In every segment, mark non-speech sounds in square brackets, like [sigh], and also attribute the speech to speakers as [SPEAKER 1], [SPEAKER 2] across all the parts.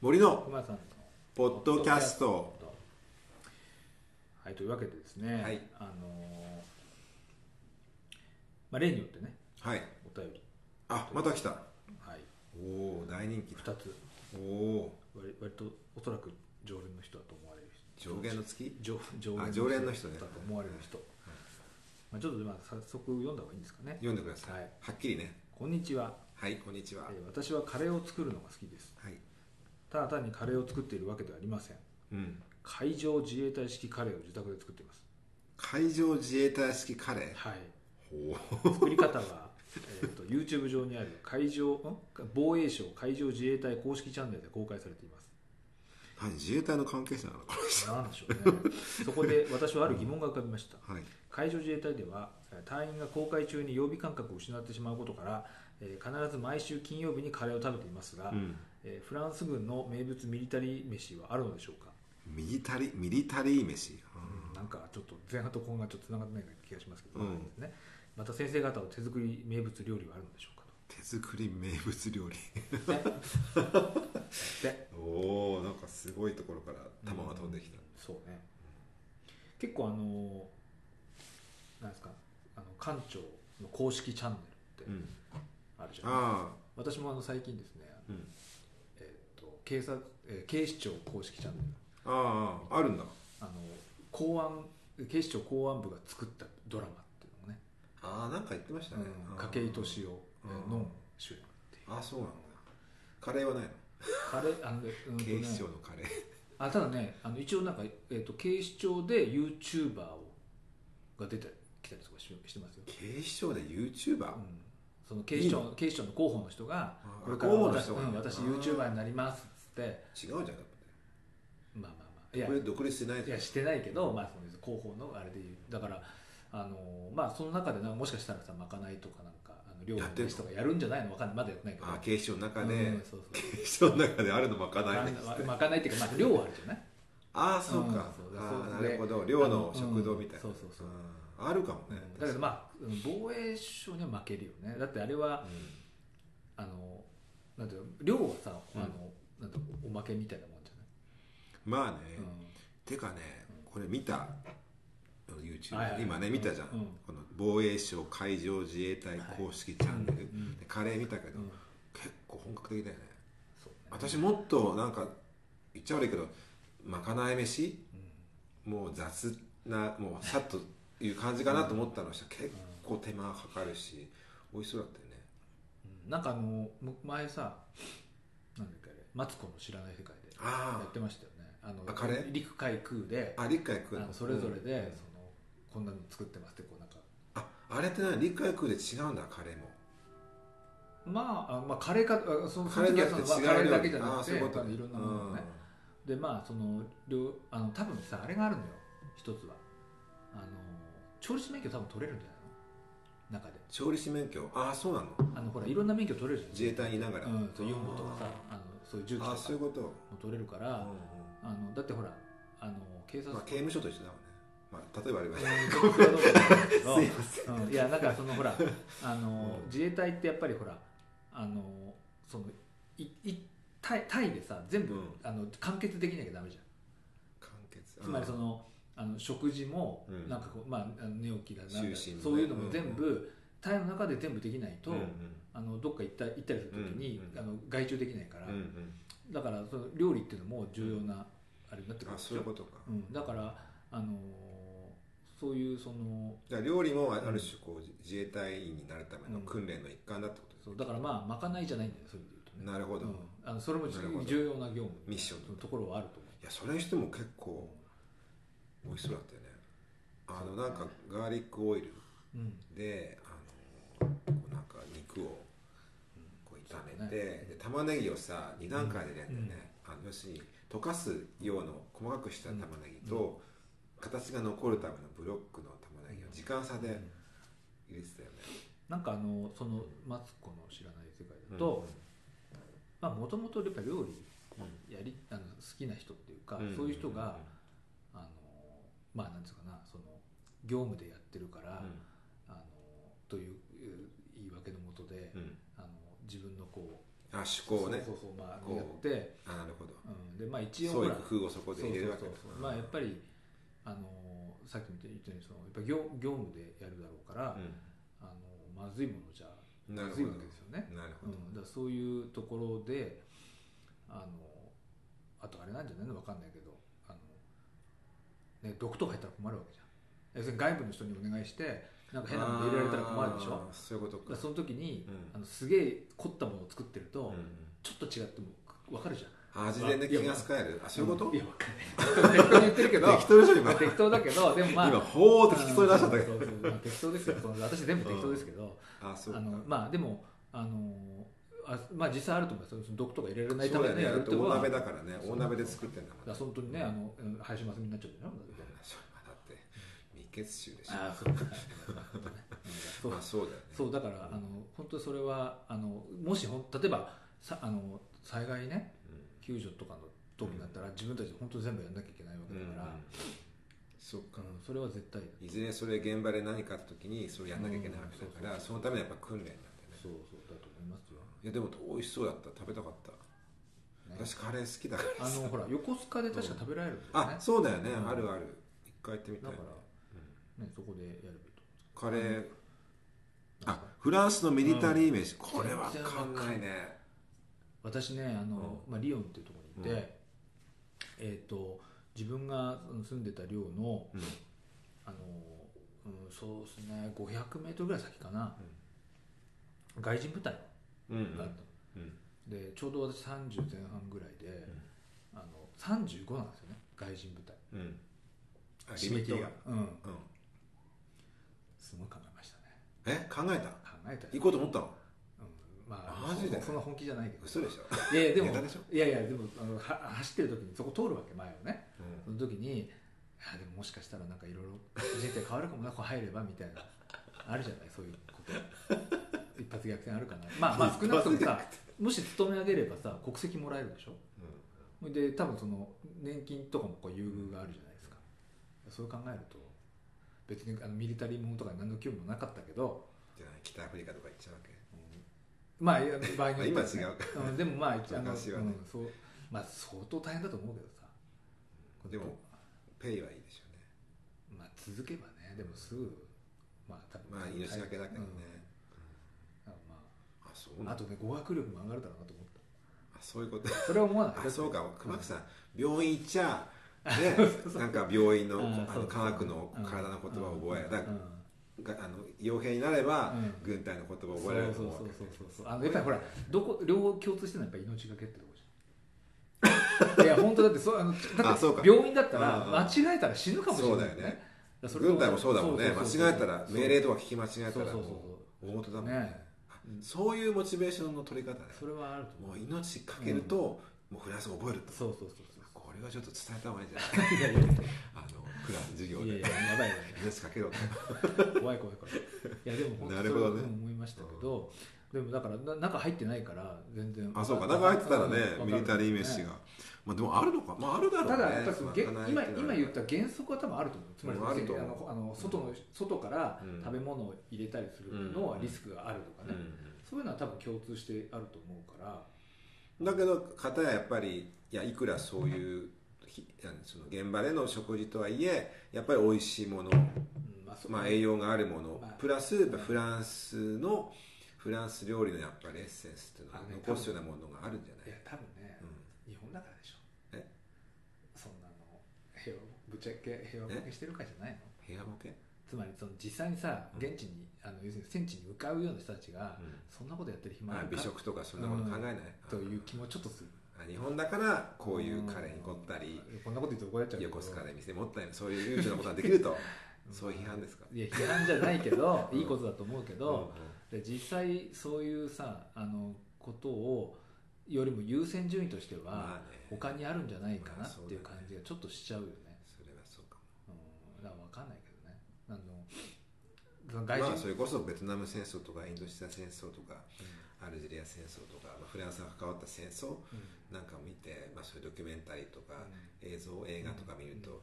[SPEAKER 1] 森の
[SPEAKER 2] 熊さんの
[SPEAKER 1] ポッドキャスト
[SPEAKER 2] はいというわけでですね、
[SPEAKER 1] はい
[SPEAKER 2] あのーまあ、例によってね
[SPEAKER 1] はい
[SPEAKER 2] お便り、
[SPEAKER 1] あまた来た
[SPEAKER 2] はい、
[SPEAKER 1] おお大人気だ
[SPEAKER 2] 2つ
[SPEAKER 1] おお
[SPEAKER 2] 割割とおそらく常連の人だと思われる人
[SPEAKER 1] 上限の月
[SPEAKER 2] 常常
[SPEAKER 1] あ常連の人ね
[SPEAKER 2] だと思われる人、まあ、ちょっとまあ早速読んだ方がいいんですかね
[SPEAKER 1] 読んでください、
[SPEAKER 2] はい
[SPEAKER 1] はっきりね
[SPEAKER 2] こんにちは、
[SPEAKER 1] はいこんにちは、
[SPEAKER 2] えー私はカレーを作るのが好きです
[SPEAKER 1] はい
[SPEAKER 2] ただ単にカレーを作っているわけではありません
[SPEAKER 1] うん
[SPEAKER 2] 海上自衛隊式カレーを自宅で作っています
[SPEAKER 1] 海上自衛隊式カレ
[SPEAKER 2] はい
[SPEAKER 1] ーお
[SPEAKER 2] 作り方は、えー、と YouTube 上にある海上ん防衛省海上自衛隊公式チャンネルで公開されています
[SPEAKER 1] お自衛隊の関係者なのか
[SPEAKER 2] なんでしょうねそこで私はある疑問が浮かびました
[SPEAKER 1] はい
[SPEAKER 2] 海上自衛隊ではえー隊員が航海中に曜日感覚を失ってしまうことから、えー必ず毎週金曜日にカレーを食べていますが、
[SPEAKER 1] うん
[SPEAKER 2] えーフランス軍の名物ミリタリー飯はあるのでしょうか、
[SPEAKER 1] ミリタリミリタリー飯
[SPEAKER 2] なんかちょっと前半と後半がちょっとつながってないような気がしますけど、
[SPEAKER 1] うん
[SPEAKER 2] ですね、また先生方の手作り名物料理はあるのでしょうか
[SPEAKER 1] 手作り名物料理
[SPEAKER 2] とで
[SPEAKER 1] おおなんかすごいところから弾が飛んできた
[SPEAKER 2] そうね結構あのなんですかあの艦長の公式チャンネルって
[SPEAKER 1] ん
[SPEAKER 2] あるじゃない、ん、
[SPEAKER 1] ああ
[SPEAKER 2] 私もあの最近ですね、
[SPEAKER 1] うん
[SPEAKER 2] えっと警察えー警視庁公式チャンネル
[SPEAKER 1] あああるんだ
[SPEAKER 2] あの公安警視庁公安部が作ったドラマっていうのもね
[SPEAKER 1] ああなんか言ってましたね
[SPEAKER 2] うん筧敏夫えーの主演っていう
[SPEAKER 1] ああそうなんだカレーはないの
[SPEAKER 2] あれあのねうんとね
[SPEAKER 1] 警視庁のカレ
[SPEAKER 2] [laughs]
[SPEAKER 1] ー
[SPEAKER 2] あただねあの一応なんか、えー、と警視庁で YouTuber をが出てきたりとかししてますよ、
[SPEAKER 1] 警視庁で YouTuber
[SPEAKER 2] うん、その警視
[SPEAKER 1] いい
[SPEAKER 2] 庁警視庁の広報の人が
[SPEAKER 1] あ
[SPEAKER 2] これから私,、
[SPEAKER 1] 広報の
[SPEAKER 2] う
[SPEAKER 1] 人が
[SPEAKER 2] ん、
[SPEAKER 1] ね
[SPEAKER 2] 私 YouTuber になりますっつって
[SPEAKER 1] 違うじゃん
[SPEAKER 2] まあまあまあいや
[SPEAKER 1] これ独立してない
[SPEAKER 2] いやしてないけど、まあ、その広報のあれで言うだからあのまあその中でなんかもしかしたらさまかないとかなんかあの料理
[SPEAKER 1] や
[SPEAKER 2] の
[SPEAKER 1] ってんの
[SPEAKER 2] レシとかやるんじゃないのわかんないまだやってないけど
[SPEAKER 1] ああ警視庁の中
[SPEAKER 2] う
[SPEAKER 1] で
[SPEAKER 2] ん
[SPEAKER 1] [laughs]
[SPEAKER 2] そうそう
[SPEAKER 1] 警視庁の中であるのまか
[SPEAKER 2] ま
[SPEAKER 1] ないね
[SPEAKER 2] あまかないっていうか、まあ、量はあるじゃない
[SPEAKER 1] ああそう
[SPEAKER 2] うん
[SPEAKER 1] か
[SPEAKER 2] そうだ
[SPEAKER 1] あ
[SPEAKER 2] そ
[SPEAKER 1] あ
[SPEAKER 2] う
[SPEAKER 1] な
[SPEAKER 2] で
[SPEAKER 1] るほど寮の食堂みたいな
[SPEAKER 2] うんうんそうそうそう
[SPEAKER 1] うんあるかもね
[SPEAKER 2] うんだけどまあうん防衛省には負けるよねだってあれは
[SPEAKER 1] う
[SPEAKER 2] あのなんていうの量はさ、
[SPEAKER 1] うん
[SPEAKER 2] あのなんていうのおまけみたいなもんじゃ
[SPEAKER 1] んまあね
[SPEAKER 2] ない、
[SPEAKER 1] てかねこれ見た YouTube
[SPEAKER 2] はいはい
[SPEAKER 1] 今ね見たじゃん
[SPEAKER 2] うん
[SPEAKER 1] この防衛省海上自衛隊公式チャンネル
[SPEAKER 2] はいうん
[SPEAKER 1] でカレー見たけ
[SPEAKER 2] う
[SPEAKER 1] ど
[SPEAKER 2] んうん
[SPEAKER 1] 結構本格的だよね
[SPEAKER 2] そうね
[SPEAKER 1] 私もっとなんか言っちゃ悪いけどまかない飯
[SPEAKER 2] うん
[SPEAKER 1] もう雑なもうさっという感じかなと思ったのしたら結構手間がかかるし美味しそうだったよね
[SPEAKER 2] うんなんかあのむ前さなんだっけあれマツコの知らない世界でや
[SPEAKER 1] あ
[SPEAKER 2] ってましたよねあの
[SPEAKER 1] あカレー
[SPEAKER 2] 陸海空で
[SPEAKER 1] ああ陸海
[SPEAKER 2] あ
[SPEAKER 1] 空
[SPEAKER 2] のそれぞれで、
[SPEAKER 1] うん
[SPEAKER 2] そのこんなの作ってますってこうなんか
[SPEAKER 1] ああれってな陸海空で違うんだカレーも
[SPEAKER 2] まああまあカレーかあその
[SPEAKER 1] カレー
[SPEAKER 2] そ
[SPEAKER 1] だっ
[SPEAKER 2] の
[SPEAKER 1] て違う
[SPEAKER 2] 時はそのまあカレー
[SPEAKER 1] 料理
[SPEAKER 2] だけじゃな
[SPEAKER 1] あー
[SPEAKER 2] く
[SPEAKER 1] そ
[SPEAKER 2] て
[SPEAKER 1] ういうこ
[SPEAKER 2] やっぱ
[SPEAKER 1] と
[SPEAKER 2] りいろんなものをね、でまあその両あの多分さあれがあるのよ一つはあの調理師免許多分取れるんじゃないの中で
[SPEAKER 1] 調理師免許ああそうなの
[SPEAKER 2] あのほらいろんな免許取れるじゃん
[SPEAKER 1] 自衛隊にいながら
[SPEAKER 2] うんそう4号とかさあのそういう銃器と
[SPEAKER 1] あ
[SPEAKER 2] か
[SPEAKER 1] あそういうこと、
[SPEAKER 2] も取れるから
[SPEAKER 1] うんうん
[SPEAKER 2] あのだってほらあの警察
[SPEAKER 1] まあ、
[SPEAKER 2] [laughs]
[SPEAKER 1] 刑務所と一緒だもんね、まあ、例えばあればね
[SPEAKER 2] うんちょっとそれはどうかわかんないけど
[SPEAKER 1] [laughs] すいません
[SPEAKER 2] うん、いやなんかそのほらあの、
[SPEAKER 1] うん
[SPEAKER 2] 自衛隊ってやっぱりほらあのそのいいタイタイでさ全部、
[SPEAKER 1] うん
[SPEAKER 2] あの完結できなきゃダメじゃ
[SPEAKER 1] 完結
[SPEAKER 2] んつまりそのあの食事も、
[SPEAKER 1] うん
[SPEAKER 2] なんかこう、まあ、あの寝起きがなん
[SPEAKER 1] 就
[SPEAKER 2] だ
[SPEAKER 1] 寝もね
[SPEAKER 2] そういうのも全部、
[SPEAKER 1] う
[SPEAKER 2] タイの中で全部できないと、
[SPEAKER 1] うんうん
[SPEAKER 2] あのどっか行った行ったりするときに、
[SPEAKER 1] うんうん
[SPEAKER 2] あの外注できないから、
[SPEAKER 1] うんうん
[SPEAKER 2] だからその料理っていうのも重要なあれになってくる
[SPEAKER 1] あ
[SPEAKER 2] でしょ
[SPEAKER 1] そういうことか、
[SPEAKER 2] うん、だから、あのそういうその
[SPEAKER 1] じゃあ料理もある種こう自衛隊員になるための訓練の一環だってことですね
[SPEAKER 2] そうだからまあまかないじゃないんだよそういう意味で言うとね
[SPEAKER 1] なるほど、
[SPEAKER 2] う
[SPEAKER 1] い
[SPEAKER 2] ん、あのそれも重
[SPEAKER 1] なるほど
[SPEAKER 2] 重要な業務
[SPEAKER 1] ミッションとか
[SPEAKER 2] ところはあると思
[SPEAKER 1] やそれにしても結構
[SPEAKER 2] う、
[SPEAKER 1] 美味しそうだったよねあ
[SPEAKER 2] そ
[SPEAKER 1] の
[SPEAKER 2] うだ
[SPEAKER 1] なん
[SPEAKER 2] ね
[SPEAKER 1] かガーリックオイル
[SPEAKER 2] うん、
[SPEAKER 1] であのこうなんか肉をこう炒めて、
[SPEAKER 2] そうだね
[SPEAKER 1] で玉ねぎをさ2段階で入れるんだよね、あの要するに溶かす用の細かくした玉ねぎと、形が残るためのブロックの玉ねぎを時間差で
[SPEAKER 2] うん
[SPEAKER 1] 入れてたよね、
[SPEAKER 2] なんかあのそのマツコの知らない世界だとまあもともとやっぱ料
[SPEAKER 1] うん、うん
[SPEAKER 2] 理やりあの好きな人っていうか、
[SPEAKER 1] うん
[SPEAKER 2] そういう人が、あのまあなんつうかなその業務でやってるから、あのといういう言い訳のもとで、
[SPEAKER 1] うんうん
[SPEAKER 2] あの自分のこう
[SPEAKER 1] あ趣向をね
[SPEAKER 2] そうそうそうまあ
[SPEAKER 1] こう
[SPEAKER 2] やって
[SPEAKER 1] あなるほど
[SPEAKER 2] でまあ一応
[SPEAKER 1] 創
[SPEAKER 2] ほ
[SPEAKER 1] 意
[SPEAKER 2] ら
[SPEAKER 1] 工夫をそこで入れるわけ
[SPEAKER 2] そ
[SPEAKER 1] だ
[SPEAKER 2] うそうそうそうまあやっぱりあのーさっきも言ったようにそのやっぱ業業務でやるだろうから、あのーまずいものじゃ
[SPEAKER 1] うんな
[SPEAKER 2] ま
[SPEAKER 1] るほ
[SPEAKER 2] ずい
[SPEAKER 1] ど
[SPEAKER 2] わけですよね、
[SPEAKER 1] なるほ
[SPEAKER 2] うん
[SPEAKER 1] ど、、
[SPEAKER 2] だからそういうところであのーあとあれなんじゃないのわかんないけどあの、ね、毒とか入ったら困るわけじゃん要するに外部の人にお願いしてなんか変なもの入れられたら困るでしょ
[SPEAKER 1] あーそういうことか
[SPEAKER 2] だか
[SPEAKER 1] ら
[SPEAKER 2] その時に、
[SPEAKER 1] うん
[SPEAKER 2] あのすげえ凝ったものを作ってると、
[SPEAKER 1] うん
[SPEAKER 2] ちょっと違っても分かるじゃん
[SPEAKER 1] あ事前で気が使えるあそういうこと
[SPEAKER 2] いや分かんない適当に言ってるけど
[SPEAKER 1] 適当でしょ今
[SPEAKER 2] 適当だけどでもまあ
[SPEAKER 1] 今ほーって聞きそうになっちゃったけ
[SPEAKER 2] うんそうそうまあ適当ですよその私全部適当ですけど、
[SPEAKER 1] どあそうか
[SPEAKER 2] あのまあでもあのあまあ実際あると思いますその毒とか入れられないた
[SPEAKER 1] そう
[SPEAKER 2] め
[SPEAKER 1] だよ
[SPEAKER 2] に
[SPEAKER 1] ね
[SPEAKER 2] や
[SPEAKER 1] だ
[SPEAKER 2] る
[SPEAKER 1] っ
[SPEAKER 2] って
[SPEAKER 1] て
[SPEAKER 2] こと
[SPEAKER 1] 大
[SPEAKER 2] は
[SPEAKER 1] 鍋だからね
[SPEAKER 2] そ
[SPEAKER 1] 大
[SPEAKER 2] う
[SPEAKER 1] 鍋で作ってんだもん
[SPEAKER 2] だから本当にねあのうん林真澄になっちゃってね
[SPEAKER 1] うんそうだって未血臭でしょ
[SPEAKER 2] ああそうそう
[SPEAKER 1] まあそうだよね
[SPEAKER 2] そうだからあの本当にそれはあのもしほん例えばさあの災害ね
[SPEAKER 1] うん
[SPEAKER 2] 救助とかの時になったら、自分たちで本当に全部やんなきゃいけないわけだか
[SPEAKER 1] う
[SPEAKER 2] ら、
[SPEAKER 1] んそうか
[SPEAKER 2] うんそれは絶対だ
[SPEAKER 1] いずれそれ現場で何かあった時にそれやんなきゃいけないわけだから、
[SPEAKER 2] うん
[SPEAKER 1] そのためのやっぱ訓練なんだよね
[SPEAKER 2] そうそうだと思いますよ、
[SPEAKER 1] いやでも美味しそうだった食べたかった
[SPEAKER 2] ね
[SPEAKER 1] 私カレー好きだから
[SPEAKER 2] あのほら横須賀で確か食べられるんですよね
[SPEAKER 1] あそうだよね、
[SPEAKER 2] うん
[SPEAKER 1] あるある一回行ってみたいね、
[SPEAKER 2] だから
[SPEAKER 1] う
[SPEAKER 2] ねそこでやればいいと
[SPEAKER 1] んカレー
[SPEAKER 2] なん
[SPEAKER 1] あ
[SPEAKER 2] か
[SPEAKER 1] フランスのミリタリー飯、これ
[SPEAKER 2] 全然
[SPEAKER 1] わかんないね
[SPEAKER 2] 私ねあの、まあ、リヨンっていうところにいて、
[SPEAKER 1] うん
[SPEAKER 2] えっ、と自分がうん住んでた寮の
[SPEAKER 1] うん
[SPEAKER 2] あの、うん、そうですね5 0 0メートルぐらい先かな外人部隊
[SPEAKER 1] うんうん
[SPEAKER 2] があったの、でちょうど私30前半ぐらいで、あの35なんですよね外人部隊
[SPEAKER 1] うんうんあリミットが、
[SPEAKER 2] うん
[SPEAKER 1] うん、
[SPEAKER 2] すごい考えましたね
[SPEAKER 1] え考えた
[SPEAKER 2] 考えたよ
[SPEAKER 1] 行こうと思ったの
[SPEAKER 2] うんまあ
[SPEAKER 1] マジで
[SPEAKER 2] そそんな本気じゃないけど
[SPEAKER 1] 嘘でしょ、
[SPEAKER 2] いやいやで
[SPEAKER 1] ネ
[SPEAKER 2] も
[SPEAKER 1] タでし
[SPEAKER 2] いやいやでもあのは走ってる時にそこ通るわけ前をねその時にあでももしかしたらなんかいろいろ人生変わるかもなここ入ればみたいなあるじゃないそういうこと一発逆転あるかなまあまあ少なく
[SPEAKER 1] [laughs]
[SPEAKER 2] とも
[SPEAKER 1] 一
[SPEAKER 2] さもし勤め上げればさ国籍もらえるでしょ
[SPEAKER 1] う
[SPEAKER 2] で多分その年金とかもこう優遇があるじゃないですかそう考えると別にあのミリタリーものとかに何の興味もなかったけど、
[SPEAKER 1] ん、じゃあ北アフリカとか行っちゃうわけ
[SPEAKER 2] うんまあいや場合によってはね
[SPEAKER 1] 今違うか
[SPEAKER 2] んでもまあ一応あの、
[SPEAKER 1] 昔はね
[SPEAKER 2] うんそうまあ相当大変だと思うけどさ
[SPEAKER 1] でもペイはいいでしょうね
[SPEAKER 2] まあ続けばねでもすぐまあ多分
[SPEAKER 1] まあ命がけだけどね、
[SPEAKER 2] うんだから
[SPEAKER 1] あそ
[SPEAKER 2] ま
[SPEAKER 1] う
[SPEAKER 2] あ、
[SPEAKER 1] な
[SPEAKER 2] あ
[SPEAKER 1] んだ
[SPEAKER 2] とね語学力も上がるだろうなと思っ
[SPEAKER 1] あそういうこと
[SPEAKER 2] たそれは思わない
[SPEAKER 1] あ [laughs] そうか熊木
[SPEAKER 2] ん
[SPEAKER 1] さん病院行っちゃ
[SPEAKER 2] [laughs]
[SPEAKER 1] ね、なんか病院の
[SPEAKER 2] うん
[SPEAKER 1] あ
[SPEAKER 2] そ
[SPEAKER 1] の
[SPEAKER 2] うそう
[SPEAKER 1] 科学の体の言葉を覚え、
[SPEAKER 2] うん
[SPEAKER 1] だ
[SPEAKER 2] うん
[SPEAKER 1] があの傭兵になれば、
[SPEAKER 2] うん
[SPEAKER 1] 軍隊の言葉を
[SPEAKER 2] そ
[SPEAKER 1] 覚
[SPEAKER 2] う
[SPEAKER 1] えられると
[SPEAKER 2] そう
[SPEAKER 1] 思うわけ
[SPEAKER 2] そうそうそうあのやっぱりほらどこ両方共通してるのはやっぱ命がけってとこじゃん [laughs] いや本当だってそうあのだ
[SPEAKER 1] あ
[SPEAKER 2] って
[SPEAKER 1] そうか
[SPEAKER 2] 病院だった
[SPEAKER 1] うんうん
[SPEAKER 2] ら間違えたら死ぬかもしれない、
[SPEAKER 1] そうだよね
[SPEAKER 2] だからそれと
[SPEAKER 1] 軍隊もそうだもんね
[SPEAKER 2] そうそうそう
[SPEAKER 1] 間違えたら命令
[SPEAKER 2] そう
[SPEAKER 1] とか聞き間違えたら
[SPEAKER 2] そうそう
[SPEAKER 1] もう大元だもんね
[SPEAKER 2] ね
[SPEAKER 1] あそういうモチベーションの取り方ね
[SPEAKER 2] それはあると思う
[SPEAKER 1] もう命かけると、もうフランスを覚えると
[SPEAKER 2] そうそうそうそう
[SPEAKER 1] これはちょっと伝えた方がいいんじゃない
[SPEAKER 2] いやいやい
[SPEAKER 1] [laughs] あのフランス授業
[SPEAKER 2] やい
[SPEAKER 1] で
[SPEAKER 2] ややばいよね
[SPEAKER 1] 命かけろと
[SPEAKER 2] 怖い怖い怖いいやでも本当
[SPEAKER 1] な
[SPEAKER 2] に
[SPEAKER 1] る
[SPEAKER 2] そ
[SPEAKER 1] ほ
[SPEAKER 2] れ
[SPEAKER 1] ど
[SPEAKER 2] は
[SPEAKER 1] ね
[SPEAKER 2] 思いましたけど、でもだからな中入ってないから全然
[SPEAKER 1] あそうか中入ってたらね
[SPEAKER 2] うん
[SPEAKER 1] ミリタリー飯が、まあでもあるのかまああるだろうね
[SPEAKER 2] ただやっぱりそのげ
[SPEAKER 1] まかない
[SPEAKER 2] 今
[SPEAKER 1] ていうの
[SPEAKER 2] 今
[SPEAKER 1] は
[SPEAKER 2] 言った原則は多分あると思うつまり
[SPEAKER 1] うんあると思う
[SPEAKER 2] あのあの外の外から
[SPEAKER 1] うん
[SPEAKER 2] 食べ物を入れたりするのはリスクがあるとかね、そういうのは多分共通してあると思うから
[SPEAKER 1] だけど方ややっぱりいやいくらそういうひあのその現場での食事とはいえやっぱり美味しいもの、
[SPEAKER 2] うんまあそ
[SPEAKER 1] まあ、栄養があるもの
[SPEAKER 2] まあ
[SPEAKER 1] プラスやっぱフランスのフランス料理のやっぱりエッセンスっていうのを
[SPEAKER 2] あね
[SPEAKER 1] 残すようなものがあるんじゃ
[SPEAKER 2] い
[SPEAKER 1] な
[SPEAKER 2] や
[SPEAKER 1] い、
[SPEAKER 2] 多分ね、
[SPEAKER 1] う
[SPEAKER 2] 日本だからでしょ
[SPEAKER 1] え
[SPEAKER 2] そんなの平和ぶっちゃけ平和ボケしてるかじゃないの
[SPEAKER 1] ん、部屋ボケ、
[SPEAKER 2] つまりその実際にさ
[SPEAKER 1] うん
[SPEAKER 2] 現地に、あの要するに戦地に向かうような人たちが、そんなことやってる暇あ
[SPEAKER 1] まあ
[SPEAKER 2] る、か
[SPEAKER 1] 美食とかそんなもの考えない、
[SPEAKER 2] という気もちょっとする
[SPEAKER 1] あ日本だからこういうカレーに凝ったり、
[SPEAKER 2] うんこんなこと言うと怒られちゃうけど
[SPEAKER 1] 横須賀で店持ったりそういう悠長なことができるとそういう批判ですか、
[SPEAKER 2] いや批判じゃないけど
[SPEAKER 1] うん
[SPEAKER 2] いいことだと思うけど、
[SPEAKER 1] うん
[SPEAKER 2] で実際そういうさあのことをよりも優先順位としては
[SPEAKER 1] まあね
[SPEAKER 2] 他にあるんじゃないか
[SPEAKER 1] ま
[SPEAKER 2] な
[SPEAKER 1] あ
[SPEAKER 2] っ
[SPEAKER 1] そうだね
[SPEAKER 2] ていう感じがちょっとしちゃうよね、
[SPEAKER 1] それはそうかも
[SPEAKER 2] うん、だから分かんないけどねあのその外人、
[SPEAKER 1] まあ、それこそベトナム戦争とかインドシナ戦争とかアルジェリア戦争とか、まあ、フランスが関わった戦争
[SPEAKER 2] うん
[SPEAKER 1] なんかを見て、まあ、そういうドキュメンタリーとか、
[SPEAKER 2] う
[SPEAKER 1] 映像映画とか見ると、
[SPEAKER 2] う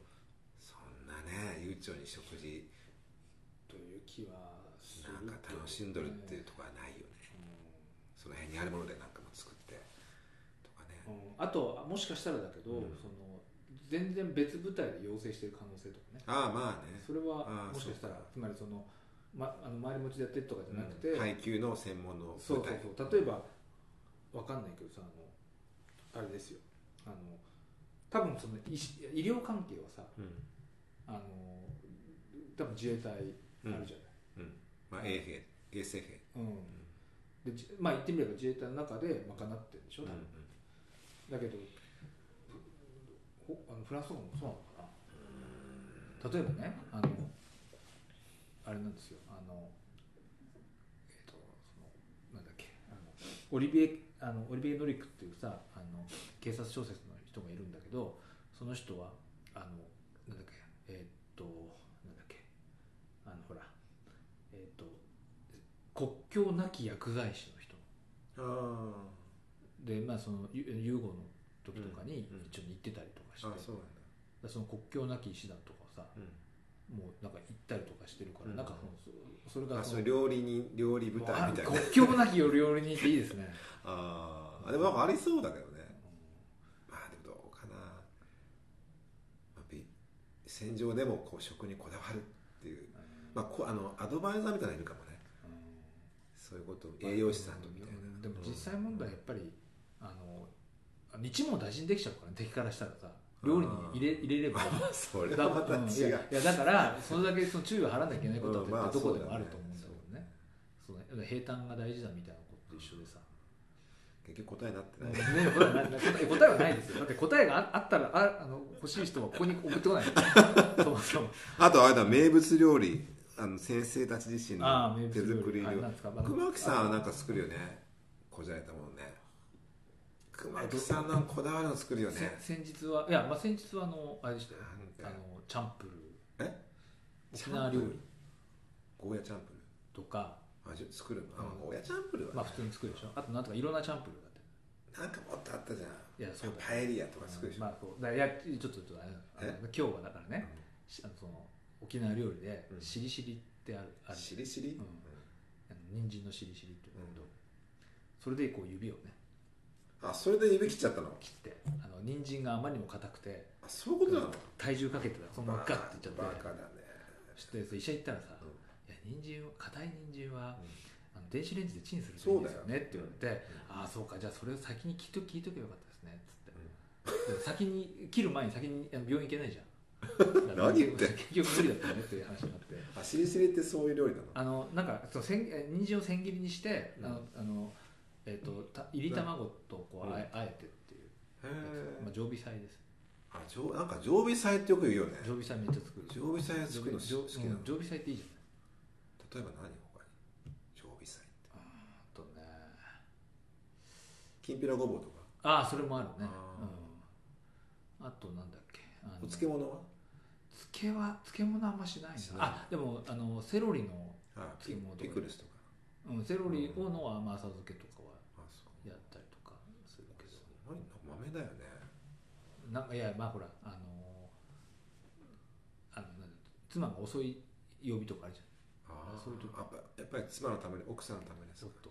[SPEAKER 1] そんなね悠長に食事
[SPEAKER 2] という気はする
[SPEAKER 1] なんか
[SPEAKER 2] け
[SPEAKER 1] 楽
[SPEAKER 2] どね
[SPEAKER 1] しんどるっていうとこはないよね、
[SPEAKER 2] うん
[SPEAKER 1] その辺にあるものでなんかも作ってとかね
[SPEAKER 2] うんあともしかしたらだけど、
[SPEAKER 1] うん
[SPEAKER 2] その全然別部隊で要請してる可能性とかね
[SPEAKER 1] ああまあね
[SPEAKER 2] それ
[SPEAKER 1] あ
[SPEAKER 2] は
[SPEAKER 1] ー
[SPEAKER 2] もしかしたら
[SPEAKER 1] そうか
[SPEAKER 2] つまりその,、ま、あの周り持ちでやってとかじゃなくて、
[SPEAKER 1] うん配給の専門の
[SPEAKER 2] そう
[SPEAKER 1] 舞台
[SPEAKER 2] そうそう例えばわかんないけどさあのあれですよあの多分その医師医療関係はさ
[SPEAKER 1] うん
[SPEAKER 2] あの多分自衛隊ある
[SPEAKER 1] う
[SPEAKER 2] じゃ
[SPEAKER 1] ん、う
[SPEAKER 2] ない
[SPEAKER 1] んまあ衛兵衛生兵
[SPEAKER 2] うんでじまあ言ってみれば自衛隊の中で賄ってるんでしょ、
[SPEAKER 1] うん
[SPEAKER 2] 多分だけどほあのフランスとかもそうなのかな例えばねあのあれなんですよあのえっ、とそのなんだっけあのオリビエあのオリビエ・ノリックっていうさあの警察小説の人がいるんだけどその人はあのなんだっけえっ、となんだっけあのほらえっ、と国境なき薬剤師の人
[SPEAKER 1] うん
[SPEAKER 2] でまあそのユユーゴの時とかに
[SPEAKER 1] うんうん
[SPEAKER 2] 一緒に行ってたりとかして、
[SPEAKER 1] あああそうなんだ
[SPEAKER 2] その国境なき医師団とかをさ
[SPEAKER 1] うん
[SPEAKER 2] もうなんか行ったりとかしてるから、
[SPEAKER 1] うん
[SPEAKER 2] なんかそのそれが
[SPEAKER 1] あ
[SPEAKER 2] そ
[SPEAKER 1] そ
[SPEAKER 2] の
[SPEAKER 1] れ料理人料理舞台みたい
[SPEAKER 2] も
[SPEAKER 1] な
[SPEAKER 2] うあ国境なき夜料理人っていいですね、
[SPEAKER 1] ああでもなんかありそうだけどね
[SPEAKER 2] うん
[SPEAKER 1] まあでもどうかな、まあ、び戦場でもこう食にこだわるっていう、まあ、こあのアドバイザーみたいなのいるかもね
[SPEAKER 2] う
[SPEAKER 1] そういうことを
[SPEAKER 2] ん
[SPEAKER 1] 栄養士さんとみたいな、
[SPEAKER 2] うんでも実際問題やっぱり、あの日も大事にできちゃうからね敵からしたらさ料理に入れ入れ
[SPEAKER 1] [laughs]
[SPEAKER 2] れば
[SPEAKER 1] まあそれはまた
[SPEAKER 2] うん [laughs] い
[SPEAKER 1] 違
[SPEAKER 2] や
[SPEAKER 1] う、
[SPEAKER 2] いやだからそれだけその注意を払わなきゃいけないことだって
[SPEAKER 1] うんまあ
[SPEAKER 2] どこでもあると思うんだけ
[SPEAKER 1] そうだね
[SPEAKER 2] どね,、そうね平坦が大事だみたいなことと一緒でさ、
[SPEAKER 1] 結局答えになってない、
[SPEAKER 2] ね、答えはない答え答えはないですよだって答えがああったらああの欲しい人はここに送って [laughs] こないそうそう
[SPEAKER 1] あとあれだ名物料理あの先生たち自身
[SPEAKER 2] あ
[SPEAKER 1] の
[SPEAKER 2] あ名
[SPEAKER 1] 手
[SPEAKER 2] 物料理
[SPEAKER 1] 作り料
[SPEAKER 2] あ
[SPEAKER 1] 理
[SPEAKER 2] なんですかあの
[SPEAKER 1] 熊木さんはなんか作るよねこじゃれたものね熊木さんのこだわりの作るよね
[SPEAKER 2] せ先日はいや、まあ、先日はあのあれでしたよ
[SPEAKER 1] な
[SPEAKER 2] あ
[SPEAKER 1] んか
[SPEAKER 2] のチャンプルー
[SPEAKER 1] え
[SPEAKER 2] 沖縄料理
[SPEAKER 1] ゴーヤチャンプルー
[SPEAKER 2] とか、
[SPEAKER 1] あじゃ作るのあ
[SPEAKER 2] うん
[SPEAKER 1] ゴーヤチャンプルーはね、
[SPEAKER 2] まあ、普通に作るでしょあとなんとかいろんなチャンプルーだって
[SPEAKER 1] なんかもっとあったじゃん
[SPEAKER 2] いやそうだよ
[SPEAKER 1] パエリアとか作るでしょ、
[SPEAKER 2] まあ、そうだいやちょっとちょっとあれあ
[SPEAKER 1] え
[SPEAKER 2] の今日はだからね、しあのその沖縄料理で
[SPEAKER 1] うん
[SPEAKER 2] しりしりってあるある
[SPEAKER 1] しりしり、
[SPEAKER 2] ん
[SPEAKER 1] うん
[SPEAKER 2] あの人参のしりしりって言うんだけど、それでこう指をね
[SPEAKER 1] あそれで指切っちゃったの
[SPEAKER 2] 切ってあの人参があまりにも硬くて
[SPEAKER 1] あそういうことなの
[SPEAKER 2] 体重かけてたらそのままガッていっちゃって
[SPEAKER 1] バカだね
[SPEAKER 2] そして医者行ったらさ「
[SPEAKER 1] うん
[SPEAKER 2] いや人参を硬い人参
[SPEAKER 1] う
[SPEAKER 2] は
[SPEAKER 1] ん、
[SPEAKER 2] あの電子レンジでチンするといいですよ
[SPEAKER 1] そうだ
[SPEAKER 2] ね」
[SPEAKER 1] よ
[SPEAKER 2] って言われて「ああそうかじゃあそれを先に聞いと聞いとけばよかったですね」っつ
[SPEAKER 1] うん。 [laughs]
[SPEAKER 2] ってでも先に切る前に先にあの病院行けないじゃん
[SPEAKER 1] 何言ってん
[SPEAKER 2] 結局無理だったよねっていう話になって
[SPEAKER 1] あしりしりってそういう料理なの
[SPEAKER 2] あのなんかそうせんえ人参を千切りにして、
[SPEAKER 1] うん
[SPEAKER 2] あのあのえっ、とた入り卵とこうあえ、あえてっていう
[SPEAKER 1] へ
[SPEAKER 2] やつ、まあ、
[SPEAKER 1] え
[SPEAKER 2] 常備菜です
[SPEAKER 1] あじょうなんか常備菜ってよく言うよね
[SPEAKER 2] 常備菜めっちゃ作る
[SPEAKER 1] 常備菜作るの
[SPEAKER 2] 常
[SPEAKER 1] 好
[SPEAKER 2] 備
[SPEAKER 1] きなの
[SPEAKER 2] うん常備菜っていいじ
[SPEAKER 1] 例えば何他に常備菜って
[SPEAKER 2] ゃないあとね
[SPEAKER 1] きんぴらごぼうとか
[SPEAKER 2] ああそれもあるね
[SPEAKER 1] あ
[SPEAKER 2] うん、あとなんだっけあの
[SPEAKER 1] お漬物は
[SPEAKER 2] 漬けは漬物あんましないな
[SPEAKER 1] しない
[SPEAKER 2] あでもあのセロリの、
[SPEAKER 1] あ
[SPEAKER 2] 漬物とか
[SPEAKER 1] ピクルスとか
[SPEAKER 2] うん、セロリをの甘さ漬けとかは
[SPEAKER 1] あそう
[SPEAKER 2] やったりとかするけど
[SPEAKER 1] すごいな豆だよね
[SPEAKER 2] なんかいやまあほらあのあのなんだ妻が遅い曜日とかあるじゃん
[SPEAKER 1] あ
[SPEAKER 2] そういうと
[SPEAKER 1] あやっぱやっぱり妻のために奥さんのために
[SPEAKER 2] ち
[SPEAKER 1] そ
[SPEAKER 2] ょっ
[SPEAKER 1] う
[SPEAKER 2] と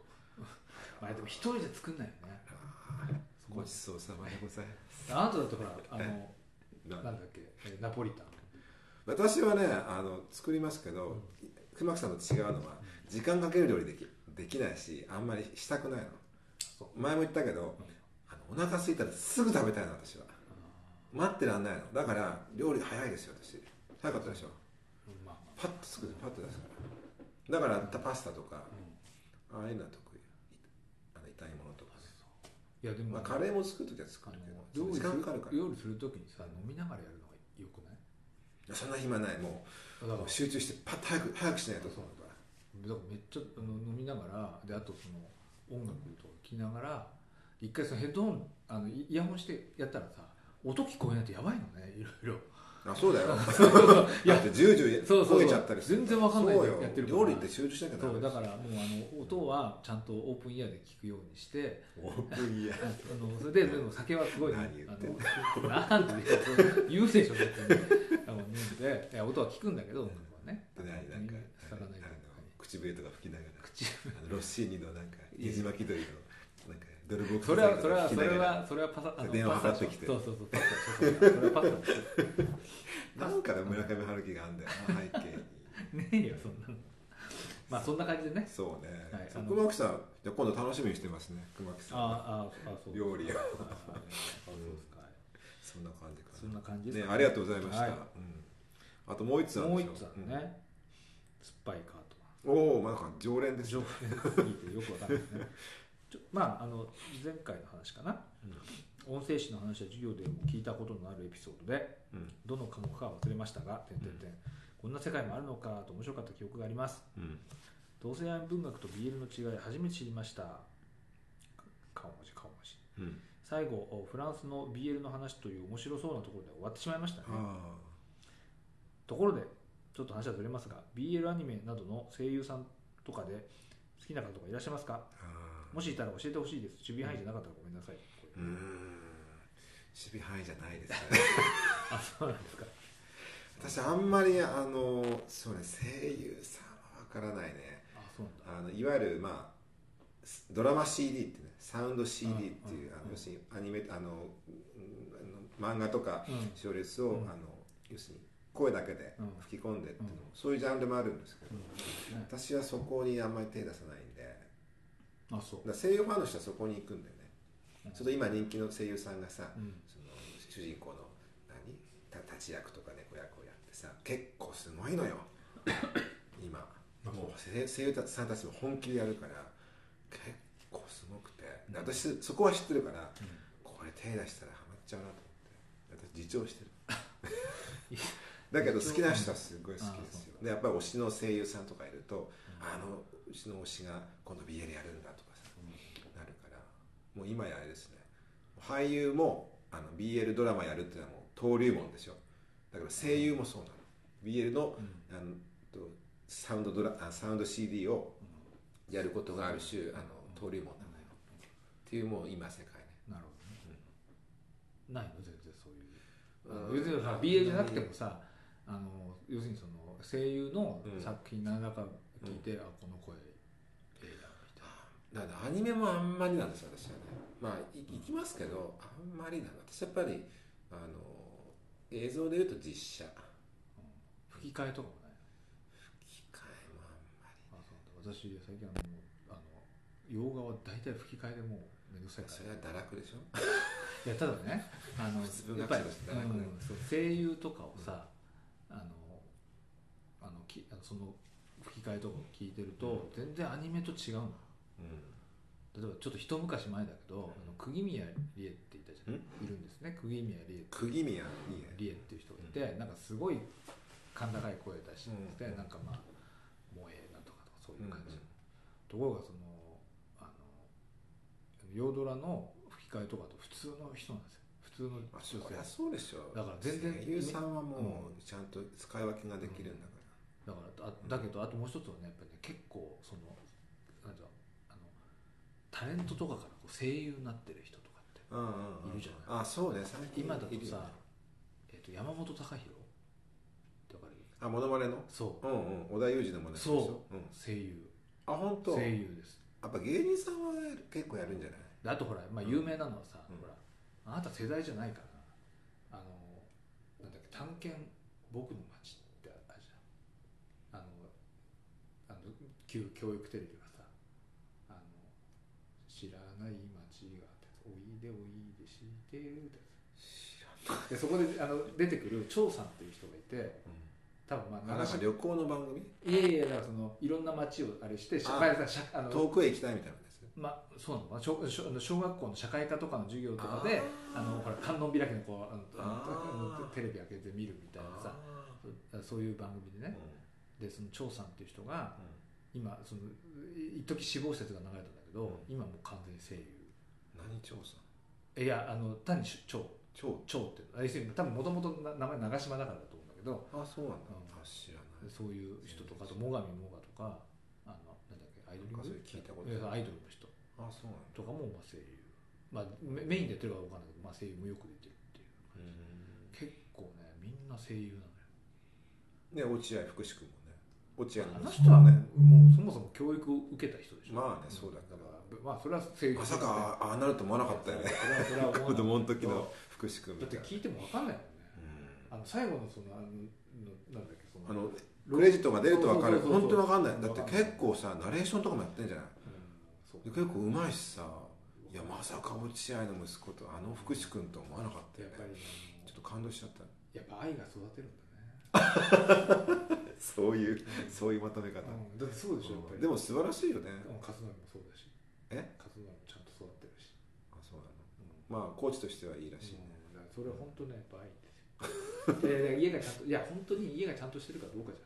[SPEAKER 2] まあでも一人で作んないよね
[SPEAKER 1] あーごちそうさまでございます
[SPEAKER 2] あなただとほらあの
[SPEAKER 1] な
[SPEAKER 2] なんだっけえナポリタン
[SPEAKER 1] 私はねあの作りますけど、熊木さんと違うのは時間かける料理できできないしあんまりしたくないの
[SPEAKER 2] そう
[SPEAKER 1] 前も言ったけど
[SPEAKER 2] うん
[SPEAKER 1] あのお腹空いたらすぐ食べたいの私は待ってらんないのだから料理早いですよ私早かったでしょ
[SPEAKER 2] うんまあまあ
[SPEAKER 1] パッと作ってパッと出すからだからたパスタとか
[SPEAKER 2] うん
[SPEAKER 1] ああいうのは得意あの炒め物とかね、
[SPEAKER 2] いやでも
[SPEAKER 1] まあ、カレーも作るときは作る
[SPEAKER 2] あ
[SPEAKER 1] け
[SPEAKER 2] の
[SPEAKER 1] ど
[SPEAKER 2] 料理
[SPEAKER 1] 時
[SPEAKER 2] する
[SPEAKER 1] 間かかるからい
[SPEAKER 2] 料理する時にさ飲みながらやるのがよくない
[SPEAKER 1] やそんな暇ないも
[SPEAKER 2] だから
[SPEAKER 1] う集中してパッと早く早くしないと
[SPEAKER 2] そうだからめっちゃあの飲みながらであとその音楽とか聴きながら一回そのヘッドホンあのイイヤホンしてやったらさ音聞こえないとやばいのねいろいろ
[SPEAKER 1] あそうだよ
[SPEAKER 2] そうそうそう [laughs] いや
[SPEAKER 1] だってジュージュー
[SPEAKER 2] そうそうそう
[SPEAKER 1] 焦げちゃったりする
[SPEAKER 2] 全然わかんない
[SPEAKER 1] そうよ
[SPEAKER 2] やってるから
[SPEAKER 1] 料理って集中しなきゃダ
[SPEAKER 2] そう
[SPEAKER 1] メ
[SPEAKER 2] だからもうあの音はちゃんとオープンイヤーで聞くようにして
[SPEAKER 1] オー [laughs] プ
[SPEAKER 2] [laughs]
[SPEAKER 1] ンイヤー
[SPEAKER 2] あのそれででも酒はすごい
[SPEAKER 1] 何言ってん
[SPEAKER 2] あのなんで言うでしょ別にあの飲んでいや音は聞くんだけど音楽はね
[SPEAKER 1] で何なんか
[SPEAKER 2] 塞がない
[SPEAKER 1] あ
[SPEAKER 2] と
[SPEAKER 1] の口笛とか吹きながら
[SPEAKER 2] 口
[SPEAKER 1] あのロッシーニのなんかねじ巻き鳥のなんかドルボックス
[SPEAKER 2] それはそれは
[SPEAKER 1] 引
[SPEAKER 2] そ
[SPEAKER 1] きな
[SPEAKER 2] れ
[SPEAKER 1] がら
[SPEAKER 2] はそれはパサあの
[SPEAKER 1] 電話
[SPEAKER 2] パ
[SPEAKER 1] か
[SPEAKER 2] サ
[SPEAKER 1] かってきて
[SPEAKER 2] そうそうそうパサそうそうそれはパサで
[SPEAKER 1] なんかで村上春樹があんだよな背景に
[SPEAKER 2] すねえよそんなのまあそんな感じでね
[SPEAKER 1] そうね、
[SPEAKER 2] はい
[SPEAKER 1] そう
[SPEAKER 2] あの
[SPEAKER 1] 熊木さんじゃあ今度楽しみにしてますね熊木さん
[SPEAKER 2] あーあーあーそう
[SPEAKER 1] 料理を
[SPEAKER 2] あーあーそうですか
[SPEAKER 1] そんな感じかな
[SPEAKER 2] そんな感じ
[SPEAKER 1] ねありがとうございました、
[SPEAKER 2] はい
[SPEAKER 1] うん、あともう一つある
[SPEAKER 2] も
[SPEAKER 1] ん
[SPEAKER 2] う
[SPEAKER 1] で
[SPEAKER 2] 一
[SPEAKER 1] しょ
[SPEAKER 2] つあるね酸っぱいカート
[SPEAKER 1] うんおおなんか常連です
[SPEAKER 2] 情
[SPEAKER 1] ね
[SPEAKER 2] 報すぎてよくわかんないですね [laughs] ちょまああの前回の話かな、音声誌の話は授業でも聞いたことのあるエピソードで
[SPEAKER 1] うん
[SPEAKER 2] どの科目かは忘れましたが、点々点こんな世界もあるのかと面白かった記憶があります
[SPEAKER 1] うん
[SPEAKER 2] 同性愛文学と BL の違い初めて知りました顔文字顔文字
[SPEAKER 1] うん
[SPEAKER 2] 最後フランスの BL の話という面白そうなところで終わってしまいましたね
[SPEAKER 1] あ
[SPEAKER 2] ところでちょっと話はずれますが BL アニメなどの声優さんとかで好きな方とかいらっしゃいますか
[SPEAKER 1] ーあー
[SPEAKER 2] もしいたら教えてほしいです守備範囲じゃなかったらごめんなさい、こ
[SPEAKER 1] う
[SPEAKER 2] れ
[SPEAKER 1] ーん守備範囲じゃないですね [laughs]
[SPEAKER 2] あそうなんですか
[SPEAKER 1] 私あんまりあのそうね声優さんはわからないね
[SPEAKER 2] あそうなん
[SPEAKER 1] あの
[SPEAKER 2] だ
[SPEAKER 1] いわゆるまあスドラマ CD ってねサウンド CD っていう
[SPEAKER 2] うん
[SPEAKER 1] あ
[SPEAKER 2] うん
[SPEAKER 1] の要するにアニメあのうんあの漫画とか
[SPEAKER 2] うん
[SPEAKER 1] 小説を、
[SPEAKER 2] うん
[SPEAKER 1] あの要するに声だけで
[SPEAKER 2] うん
[SPEAKER 1] 吹き込んでっていうの、
[SPEAKER 2] うん
[SPEAKER 1] そういうジャンルもあるんですけど、
[SPEAKER 2] うんね
[SPEAKER 1] 私はそこにあんまり手出さないんで
[SPEAKER 2] あそう
[SPEAKER 1] だから声優ファンの人はそこに行くんだよね、
[SPEAKER 2] うん
[SPEAKER 1] ちょっと今人気の声優さんがさ、
[SPEAKER 2] うん
[SPEAKER 1] その主人公の何た立ち役とか猫役をやってさ結構すごいのよ今
[SPEAKER 2] あ
[SPEAKER 1] もう声声優さんたちも本気でやるから結構すごくてで私そこは知ってるからこれ手出したらハマっちゃうなと思って私自重してるだけど好きな人はすごい好きですよでやっぱり推しの声優さんとかいると、あのうちの推しが今度 BL やるんだとかさ、なるからもう今やあれですね俳優もあの BL ドラマやるっていうのはもう登竜門でしょだから声優もそうなの BL の,、あのとサウンドドラあサウンド CD をやることがある種、あの登竜門なのよっていうもう今世界ね
[SPEAKER 2] なるほどね、ないの全然そういうあの
[SPEAKER 1] うん
[SPEAKER 2] 要するにさ BA じゃなくてもさあの要するにその声優の
[SPEAKER 1] うん
[SPEAKER 2] 作品何らか聞いて、あこの声ええなみたい
[SPEAKER 1] だからアニメもあんまりなんですよ私はねまあい行きますけどあんまりなの私やっぱりあの映像で言うと実写
[SPEAKER 2] な吹き替えとかもない
[SPEAKER 1] 機械もあんまり
[SPEAKER 2] あそうなんだ私最近あのもうあの洋画は大体吹き替えでもうめんどくさいから
[SPEAKER 1] それは堕落でしょ
[SPEAKER 2] いやただねあの
[SPEAKER 1] 文
[SPEAKER 2] やっ
[SPEAKER 1] 学
[SPEAKER 2] ぱ
[SPEAKER 1] 者
[SPEAKER 2] り、
[SPEAKER 1] としてだね
[SPEAKER 2] うん
[SPEAKER 1] これ
[SPEAKER 2] そう声優とかをさ、あのあのきあのその吹き替えとかを聞いてると、全然アニメと違うの例えばちょっと一昔前だけど、あの釘宮理恵っていたじゃないいるんですね釘宮理恵
[SPEAKER 1] 釘宮いいね
[SPEAKER 2] 理恵っていう人がいて、なんかすごい甲高い声出してて、
[SPEAKER 1] うん
[SPEAKER 2] なんかまあ「萌え」なんとかとかそういう感じ、ところがそのあの洋ドラの吹き替えとかと普通の人なんですよ普通の
[SPEAKER 1] あそ
[SPEAKER 2] 女
[SPEAKER 1] りゃ
[SPEAKER 2] 性
[SPEAKER 1] そうでしょ
[SPEAKER 2] だから全然
[SPEAKER 1] 声優さんはもうちゃんと使い分けができるんだから、
[SPEAKER 2] だからあだけどあともう一つはねやっぱりね結構そのなんだあのタレントとかからこう声優になってる人とかって
[SPEAKER 1] うんうんうん
[SPEAKER 2] いるじゃな
[SPEAKER 1] あ
[SPEAKER 2] い
[SPEAKER 1] そうね最近
[SPEAKER 2] 今だと
[SPEAKER 1] いるよね
[SPEAKER 2] さ、えっと山本隆弘ってわかる
[SPEAKER 1] あモノマネの
[SPEAKER 2] そ
[SPEAKER 1] うんうん織田裕二のモノマネでしょ
[SPEAKER 2] そ
[SPEAKER 1] うん
[SPEAKER 2] う声優
[SPEAKER 1] あ本当。
[SPEAKER 2] 声優です
[SPEAKER 1] やっぱ芸人さんは結構やるんじゃない
[SPEAKER 2] であとほら、まあ、有名なのはさ、
[SPEAKER 1] うん
[SPEAKER 2] ほらあなた世代じゃないからなあのなんだっけ探検僕の街ってあるじゃんあのあの旧教育テレビがさあの知らない街がおいでおいで知ってるってでそこであの出てくる張さんっていう人がいて多分ま
[SPEAKER 1] うん
[SPEAKER 2] あ
[SPEAKER 1] あなんか旅行の番組
[SPEAKER 2] いやいやだからそのいろんな街をあれして社
[SPEAKER 1] あ
[SPEAKER 2] 会さ社あの
[SPEAKER 1] 遠くへ行きたいみたいなんです
[SPEAKER 2] まあそうなの小小あの小学校の社会科とかの授業とかで
[SPEAKER 1] あー
[SPEAKER 2] あのほら観音開きのこうあの
[SPEAKER 1] あー
[SPEAKER 2] あのテレビ開けて見るみたいなさそうそういう番組で
[SPEAKER 1] うん
[SPEAKER 2] ね、でその張さんっていう人が今そのい一時死亡説が流れたんだけど、
[SPEAKER 1] うん
[SPEAKER 2] 今もう完全に声優
[SPEAKER 1] 何長さん
[SPEAKER 2] いやあの単に張
[SPEAKER 1] 長
[SPEAKER 2] 張っていうの要するに多分もともと名前長島だからだと思うんだけど
[SPEAKER 1] あそうなんだ
[SPEAKER 2] うん
[SPEAKER 1] あ知らない
[SPEAKER 2] そういう人とかあと最上もがとかあのなんだっけアイドリ
[SPEAKER 1] なん
[SPEAKER 2] ング
[SPEAKER 1] かそれ聞いたことある
[SPEAKER 2] やアイドルの人
[SPEAKER 1] あそうなんだ
[SPEAKER 2] とかもまあ声優、まあ、メメインでやってるかわかんないけど、まあ、声優もよく出てるっていう結構ねみんな声優なのよ
[SPEAKER 1] ね落合福士君もね落合
[SPEAKER 2] あ
[SPEAKER 1] の
[SPEAKER 2] の人はねもうそもそも教育を受けた人でしょ
[SPEAKER 1] まあねそうだね
[SPEAKER 2] だからまあそれは成
[SPEAKER 1] ま
[SPEAKER 2] 育
[SPEAKER 1] さかああなると思わなかったよね
[SPEAKER 2] [laughs] それはそれは思わな
[SPEAKER 1] 子
[SPEAKER 2] かっ
[SPEAKER 1] 供の時
[SPEAKER 2] た
[SPEAKER 1] の福士君み
[SPEAKER 2] だったて
[SPEAKER 1] いな
[SPEAKER 2] 聞いても分かんないもんねあの最後のそのあのなんだっけその
[SPEAKER 1] うんあのクレジットが出ると分かる
[SPEAKER 2] そうそうそ
[SPEAKER 1] 本
[SPEAKER 2] うそう
[SPEAKER 1] 当に分かんないだって結構さナレーションとかもやってんじゃない
[SPEAKER 2] うんそう
[SPEAKER 1] で結構うまいしさいやまさか落合の息子とあの福士君と思わなかった
[SPEAKER 2] や
[SPEAKER 1] よ
[SPEAKER 2] っ
[SPEAKER 1] ね
[SPEAKER 2] ぱりね
[SPEAKER 1] ちょっと感動しちゃった
[SPEAKER 2] やっぱ愛が育てるんだ
[SPEAKER 1] [laughs]
[SPEAKER 2] ね
[SPEAKER 1] そういうそういうまとめ方
[SPEAKER 2] うんだってそうでしょやっぱり
[SPEAKER 1] でも素晴らしいよね
[SPEAKER 2] うん勝則もそうだし
[SPEAKER 1] え
[SPEAKER 2] 勝則もちゃんと育ってるし
[SPEAKER 1] あそうな
[SPEAKER 2] うん
[SPEAKER 1] のまあコーチとしてはいいらしいね
[SPEAKER 2] うんだからそれは本当ねやっぱ愛ですよ [laughs] いやいや家がちゃんといや本当に家がちゃんとしてるかどうかじゃ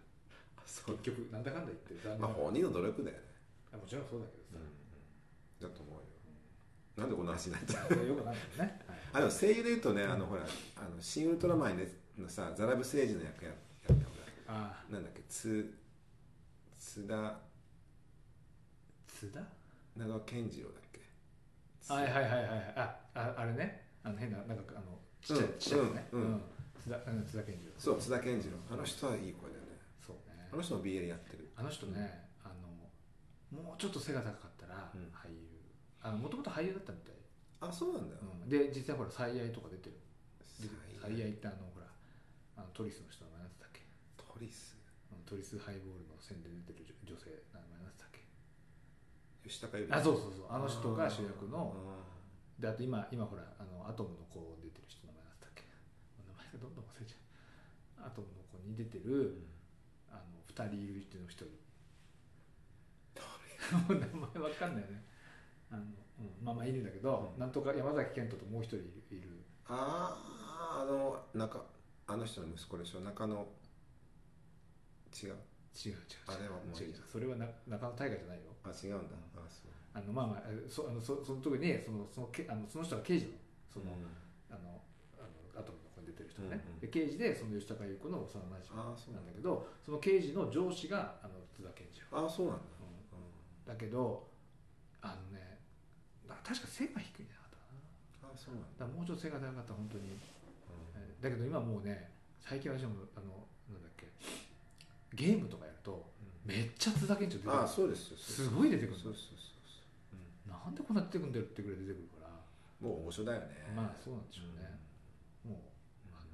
[SPEAKER 1] あそ
[SPEAKER 2] ん
[SPEAKER 1] う
[SPEAKER 2] 結局なんだかんだ言って残念
[SPEAKER 1] ま
[SPEAKER 2] な
[SPEAKER 1] あ
[SPEAKER 2] がら
[SPEAKER 1] 本人の努力だよね
[SPEAKER 2] あもちろんそうだけどさ、
[SPEAKER 1] だと思うよなんでこんな話になっ
[SPEAKER 2] い
[SPEAKER 1] た
[SPEAKER 2] やそれよくないよね、は
[SPEAKER 1] [laughs]
[SPEAKER 2] い
[SPEAKER 1] あでも声優でいうとねあのほらあの新ウルトラマンでのさザラブスレイジの役ややったほ
[SPEAKER 2] あ
[SPEAKER 1] らなんだっけつ津田
[SPEAKER 2] 津田
[SPEAKER 1] 長尾健次郎だっけ
[SPEAKER 2] はいはいはいはいはいあああれねあの変ななんかあのちっちゃい、
[SPEAKER 1] うん
[SPEAKER 2] ちっちゃいやつね、
[SPEAKER 1] うん
[SPEAKER 2] 津田うん津田健次郎
[SPEAKER 1] そう津田健次郎あの人はいい声だよね
[SPEAKER 2] そうね
[SPEAKER 1] あの人も BL やってる
[SPEAKER 2] あの人ねあのもうちょっと背が高かったら
[SPEAKER 1] うん
[SPEAKER 2] 俳優あのもともと俳優だったみたい、
[SPEAKER 1] あそうなんだよ
[SPEAKER 2] うん、で実際ほら最愛とか出てるで
[SPEAKER 1] 最
[SPEAKER 2] 最
[SPEAKER 1] 悪
[SPEAKER 2] 愛ってあのほらあのトリスの人の名前なんつったっけ
[SPEAKER 1] トリス
[SPEAKER 2] あのトリスハイボールの宣伝出てる女女性の名前なんつったっけ
[SPEAKER 1] 吉高由里
[SPEAKER 2] あそうそうそうあの人が主役
[SPEAKER 1] う
[SPEAKER 2] の
[SPEAKER 1] ん
[SPEAKER 2] であと今今ほらあのアトムの子出てる人の名前だったっけ名前がどんどん忘れちゃうアトムの子に出てるあの2人いるうちの1人もう名前わかんないよねあの、うん、まあまあいるんだけど、
[SPEAKER 1] うん
[SPEAKER 2] なんとか山崎賢人ともう1人いるいる
[SPEAKER 1] あああの中あの人の息子でしょ中野違う
[SPEAKER 2] 違う違う違う
[SPEAKER 1] あれはもういい
[SPEAKER 2] 違う違う
[SPEAKER 1] じゃん
[SPEAKER 2] それはな中野大河じゃないよ
[SPEAKER 1] あ違うんだあそう
[SPEAKER 2] あのまあまあえそあのそその時にそのそのけあのその人は刑事なのその、
[SPEAKER 1] うん
[SPEAKER 2] あのあのアトムの子に出てる人がね、
[SPEAKER 1] うんうん
[SPEAKER 2] で刑事でその吉高由里子の幼なじみ
[SPEAKER 1] あそう
[SPEAKER 2] な
[SPEAKER 1] なんだ
[SPEAKER 2] んだけどその刑事の上司があの津田健次郎、
[SPEAKER 1] あそうなんだ
[SPEAKER 2] うん
[SPEAKER 1] うん
[SPEAKER 2] だけどあのねだ確か背が低いんじゃなかったか
[SPEAKER 1] あそうなんだ
[SPEAKER 2] なだからもうちょっと背が高かったら本当に、
[SPEAKER 1] うん
[SPEAKER 2] えーだけど今もうね最近私もあのなんだっけゲームとかやるとめっちゃ津田健次郎出てく
[SPEAKER 1] あ
[SPEAKER 2] る
[SPEAKER 1] そうですよそうです
[SPEAKER 2] すごい出てくる
[SPEAKER 1] そうそうそう
[SPEAKER 2] のなんでこんな出てくるんだよってぐらい出てくるから
[SPEAKER 1] そうもう面白だよね
[SPEAKER 2] まあそうなんでしょうね、もう
[SPEAKER 1] うん
[SPEAKER 2] あの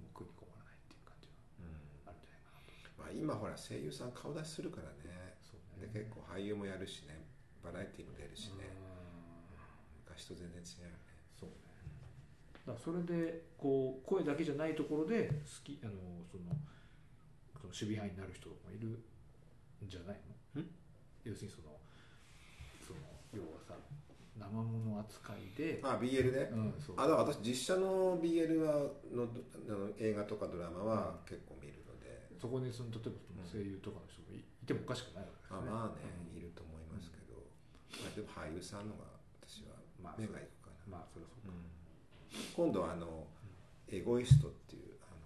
[SPEAKER 2] もう食い込まないっていう感じは
[SPEAKER 1] うん
[SPEAKER 2] あるんじゃないかな
[SPEAKER 1] まあ今ほら声優さん顔出しするからね
[SPEAKER 2] そう
[SPEAKER 1] で結構俳優もやるしねバラエティーも出るしね
[SPEAKER 2] うん
[SPEAKER 1] 昔と全然違うよね
[SPEAKER 2] そうねだからそれでこう声だけじゃないところで好きあのそのその守備範囲になる人もいるんじゃないの
[SPEAKER 1] ん
[SPEAKER 2] 要するにそのその要はさ生物扱いで、
[SPEAKER 1] あ BL ね
[SPEAKER 2] うん、そう
[SPEAKER 1] あだから私実写の BL はのどあの映画とかドラマは結構見るので、
[SPEAKER 2] そこにその例えばその声優とかの人もい,、てもおかしくないわけです
[SPEAKER 1] まあ、
[SPEAKER 2] ね
[SPEAKER 1] まあね、
[SPEAKER 2] うん
[SPEAKER 1] いると思いますけど、まあ、でも俳優さんのが私は
[SPEAKER 2] まあ
[SPEAKER 1] 目がいくかな、
[SPEAKER 2] まあそれはそう
[SPEAKER 1] 今度はあの「エゴイスト」っていうあの、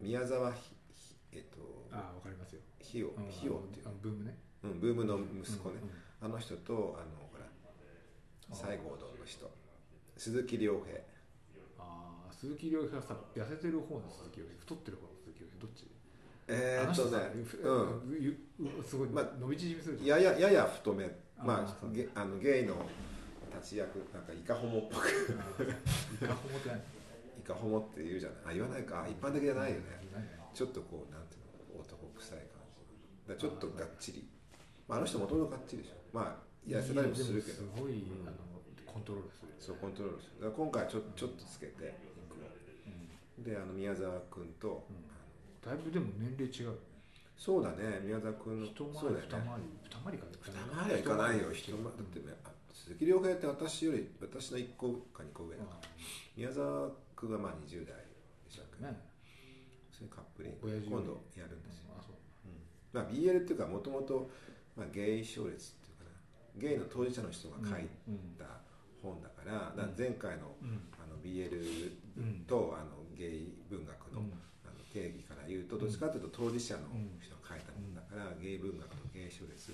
[SPEAKER 1] 宮沢ひひえっと
[SPEAKER 2] ああわかりますよ
[SPEAKER 1] ひよ
[SPEAKER 2] うん
[SPEAKER 1] ひよっていう
[SPEAKER 2] あ、のブームね
[SPEAKER 1] うん、ブームの息子ね、
[SPEAKER 2] うんうん
[SPEAKER 1] あの人とあのほら西郷どんの人鈴木亮平
[SPEAKER 2] ああ鈴木亮平はさ痩せてる方の鈴木亮平太ってる方の鈴木亮平どっち
[SPEAKER 1] えー、っ
[SPEAKER 2] あの
[SPEAKER 1] と
[SPEAKER 2] 人さ
[SPEAKER 1] ね、
[SPEAKER 2] ふ
[SPEAKER 1] う
[SPEAKER 2] ゆうすごい
[SPEAKER 1] まあ
[SPEAKER 2] 伸び縮みする
[SPEAKER 1] ん、
[SPEAKER 2] じゃん
[SPEAKER 1] やややや太め
[SPEAKER 2] あー
[SPEAKER 1] ま
[SPEAKER 2] そ
[SPEAKER 1] あ
[SPEAKER 2] う
[SPEAKER 1] ゲあのゲイの立ち役なんかイカホモっぽく
[SPEAKER 2] イカホモってない
[SPEAKER 1] イカホモって言うじゃないあ言わないかあ一般的じゃないよね
[SPEAKER 2] ないね
[SPEAKER 1] ちょっとこうなんていうの男臭い感じだからちょっとがっちりまあ、あの人もともとがっちりでしょまあ痩せたりもするけど
[SPEAKER 2] いやでもすごい、
[SPEAKER 1] うん
[SPEAKER 2] あのコントロールするよね
[SPEAKER 1] そうコントロールするだから今回はちょちょっとつけて
[SPEAKER 2] うん
[SPEAKER 1] であの宮沢君と、
[SPEAKER 2] う
[SPEAKER 1] あの
[SPEAKER 2] んだいぶでも年齢違うよね
[SPEAKER 1] そうだね宮沢君の
[SPEAKER 2] 一回り
[SPEAKER 1] そうだよ
[SPEAKER 2] 二回り
[SPEAKER 1] ね
[SPEAKER 2] 二回り
[SPEAKER 1] 二回りはい
[SPEAKER 2] かね
[SPEAKER 1] かないよ人だってねあ鈴木亮平って私より私の1個か2個上だから宮沢君がまあ20代でしたっけ
[SPEAKER 2] ね
[SPEAKER 1] それカップリン
[SPEAKER 2] 親
[SPEAKER 1] グ
[SPEAKER 2] 父よ
[SPEAKER 1] 今度や
[SPEAKER 2] り
[SPEAKER 1] るんですよ
[SPEAKER 2] あそう
[SPEAKER 1] まあ、BL っていうかもともとまあゲイ小列っていうかなゲイの当事者の人が書い
[SPEAKER 2] うん
[SPEAKER 1] た本だから,、だから前回の
[SPEAKER 2] うん
[SPEAKER 1] あの BL
[SPEAKER 2] うん
[SPEAKER 1] とあのゲイ文学の,、
[SPEAKER 2] うん
[SPEAKER 1] あの定義から言うとどっちかというと当事者の
[SPEAKER 2] うん
[SPEAKER 1] 人が書いたもんだから、ゲイ文学とゲイ小列